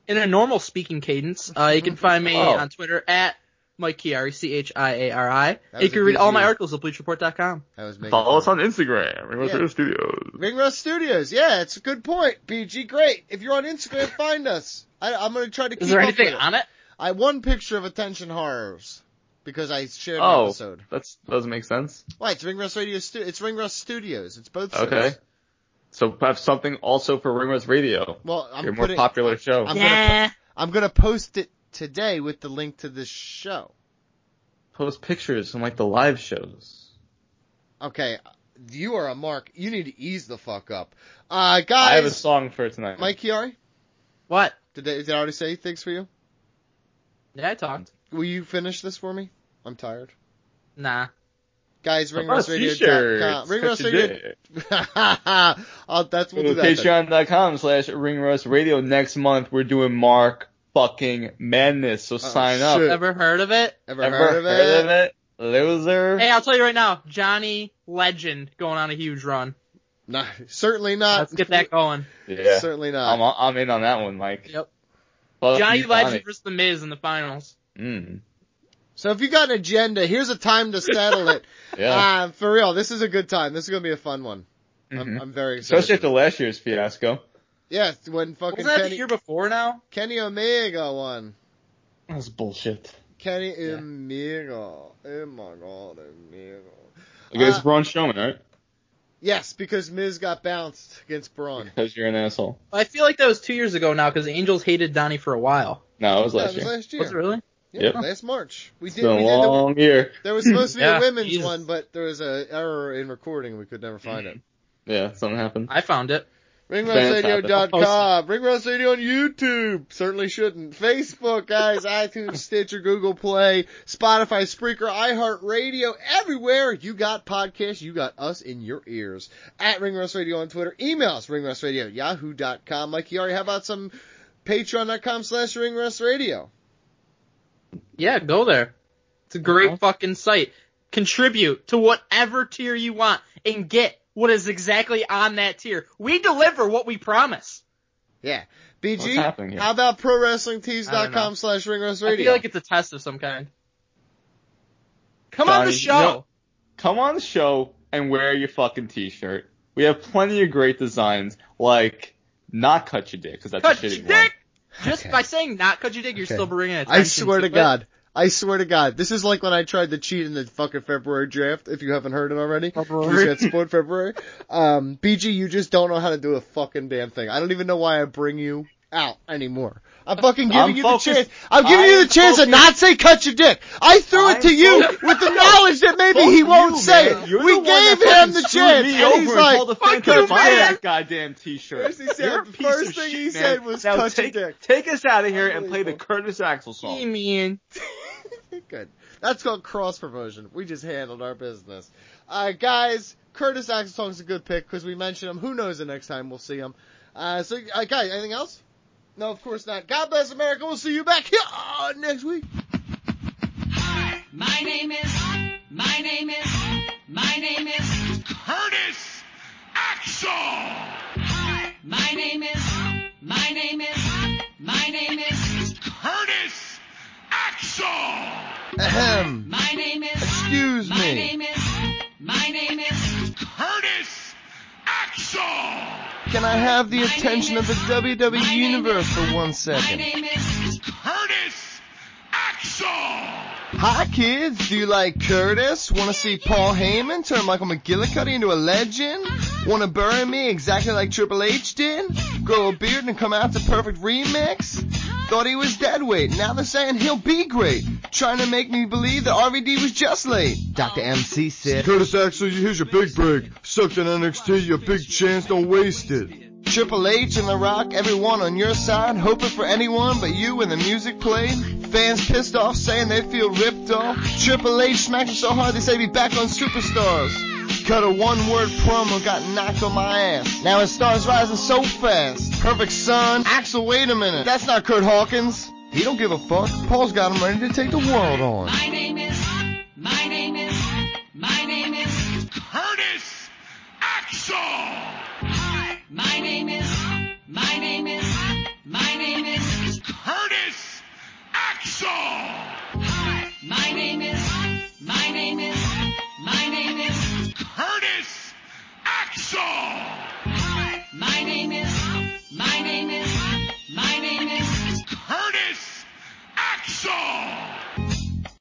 S4: In a normal speaking cadence, uh, you can find me
S3: Oh.
S4: on Twitter at Mike Chiari, C H I A R I.
S1: That
S4: You
S1: was
S4: can
S1: a
S4: read all my
S1: BG.
S4: articles at BleachReport.com.
S1: that was making
S3: Follow us on Instagram, Ring West
S1: Yeah.
S3: Radio Studios.
S1: Ring Rust Studios. Yeah, it's a good point. BG, great. If you're on Instagram, find us. I, I'm gonna try to keep
S4: Is there
S1: up
S4: anything
S1: with it.
S4: on it?
S1: I one picture of Attention Horrors because I shared an
S3: Oh,
S1: episode.
S3: that's doesn't make sense.
S1: Why? It's Ring Rust Radio. Stu- it's Ring Rust Studios. It's both. shows.
S3: Okay. So have something also for Ring West Radio.
S1: Well, I'm
S3: Your more
S1: putting.
S3: popular show.
S1: I'm gonna. po- I'm gonna post it today with the link to this show.
S3: Post pictures from like the live shows.
S1: Okay. You are a mark. You need to ease the fuck up. Uh,
S3: I have a
S1: guys.
S3: song for tonight.
S1: Mike Chiari.
S4: What?
S1: Did, they, did I already say thanks for you?
S4: Yeah, I talked.
S1: Will you finish this for me? I'm tired.
S4: Nah.
S1: Guys,
S3: How about
S1: ringrostradio.com.
S3: t-shirts? Cut your
S1: Ringrostradio.
S3: dick.
S1: oh, that's we'll do
S3: Go to
S1: that. then.
S3: Patreon.com slash Ring Rust Radio. Next month we're doing Mark fucking Madness, so sign up.
S1: Oh, shit.
S4: Ever heard of it?
S1: Ever, heard of it? Eh,
S3: of it? Loser.
S4: Hey, I'll tell you right now, Johnny Legend going on a huge run.
S1: No, certainly not.
S4: Let's get that going.
S3: yeah.
S1: Certainly not.
S3: I'm, I'm in on that one, Mike.
S4: Yep.
S1: Uh,
S3: Fuck
S4: Johnny
S3: you,
S4: Legend versus The Miz in the finals.
S3: Mm.
S1: So if you got an agenda, here's a time to settle it.
S3: Yeah.
S1: uh, for real, this is a good time. This is gonna be a fun one. I'm,
S3: Mhm.
S1: I'm very excited.
S3: Especially after last year's fiasco.
S1: yes, when fucking
S4: Wasn't that the
S1: Kenny,
S4: year before now?
S1: Kenny Omega won.
S3: That's bullshit.
S1: Kenny Omega. Oh my god, Omega.
S3: Against
S1: Uh,
S3: Braun Strowman, right?
S1: Yes, because Miz got bounced against Braun.
S3: Because you're an asshole.
S4: I feel like that was two years ago now because the Angels hated Donnie for a while.
S3: No, it was
S1: That
S3: last
S1: was
S3: year.
S1: last year.
S4: Was it really?
S1: Yeah,
S3: Yep.
S1: last March. We
S3: It's
S1: did.
S3: been a
S1: We did the,
S3: long year.
S1: there was supposed to be a
S4: Yeah,
S1: women's
S4: Jesus.
S1: one, but there was a error in recording. We could never find it.
S3: Yeah, something happened.
S4: I found it.
S1: RingRustRadio.com. RingRustRadio on YouTube. Certainly shouldn't. Facebook, guys. iTunes, Stitcher, Google Play, Spotify, Spreaker, iHeartRadio. Everywhere you got podcasts, you got us in your ears. At RingRustRadio on Twitter. Email us, RingRustRadio, Yahoo.com. Mike Chiari, how about some Patreon.com slash RingRustRadio?
S4: Yeah, go there. It's a great fucking site. Contribute to whatever tier you want and get what is exactly on that tier. We deliver what we promise.
S1: Yeah.
S3: What's
S1: BG,
S3: happening here?
S1: how about
S4: I don't know.
S1: ProWrestlingTees.com slash
S4: I feel
S1: RingRustRadio?
S4: like it's a test of some kind. Come on
S3: Donnie,
S4: the
S3: you
S4: show.
S3: know- Come on the show and wear your fucking t-shirt. We have plenty of great designs, like not cut your dick, because that's
S4: Cut
S3: a shitty
S4: your
S3: one.
S4: dick. Just
S1: Okay.
S4: by saying not cut your dick, you're
S1: Okay.
S4: still bringing attention.
S1: I swear to
S4: it.
S1: God. I swear to God. This is like when I tried to cheat in the fucking February draft, if you haven't heard it already. You just got spoiled February. Um, BG, you just don't know how to do a fucking damn thing. I don't even know why I bring you out anymore. I'm fucking giving
S3: I'm
S1: you
S3: focused.
S1: the chance. I'm giving
S3: I'm
S1: you the chance to
S3: focused.
S1: not say cut your dick. I threw it
S3: I'm
S1: to you
S3: focused.
S1: with the knowledge that maybe he
S3: Fuck
S1: won't
S3: you,
S1: say
S3: man.
S1: it.
S3: You're
S1: we
S3: the one
S1: gave
S3: that
S1: him
S3: fucking
S1: the
S3: screwed
S1: chance.
S3: Me
S1: and
S3: over
S1: he's
S3: and
S1: like,
S3: told the
S1: "Fuck
S3: fan to
S1: you,
S3: buy
S1: man."
S3: that goddamn t-shirt.
S1: First he said-
S3: You're a
S1: the
S3: piece
S1: first
S3: of
S1: thing
S3: shit,
S1: he
S3: man.
S1: said was
S3: now
S1: cut your
S3: take,
S1: dick.
S3: Take us out of here and play the
S1: Unbelievable.
S3: Curtis Axel song.
S4: Hey, man.
S1: Good. That's called cross promotion. We just handled our business. Uh, guys, Curtis Axelton's a good pick because we mentioned him. Who knows the next time we'll see him? Uh, so, uh, guys, anything else? No, of course not. God bless America. We'll see you back here uh, next week.
S15: My name is. My name is. My name is Curtis Axel. My name is. My name is. My name is Curtis Axel.
S1: Ahem.
S15: My name is.
S1: Excuse
S15: my
S1: me.
S15: name is. My name is Curtis Axel.
S1: Can I have the attention of the WWE Universe for one
S15: My
S1: second?
S15: name is Curtis Axel.
S1: Hi, kids. Do you like Curtis? Want to see Paul Heyman turn Michael McGillicuddy into a legend? Want to bury me exactly like Triple H did? Grow a beard and come out to perfect remix? Thought he was dead weight. Now they're saying he'll be great. Trying to make me believe that RVD was just late. Dr. MC said.
S16: Curtis Axel, here's your big break. Sucked in NXT, your big chance, don't waste it.
S1: Triple H and The Rock, everyone on your side, hoping for anyone but you when the music played. Fans pissed off, saying they feel ripped off. Triple H smacked him so hard they say be back on Superstars. Cut a one-word promo, got knocked on my ass. Now his star's rising so fast. Perfect son, Axel, wait a minute. That's not Kurt Hawkins. He don't give a fuck. Paul's got him ready to take the world on.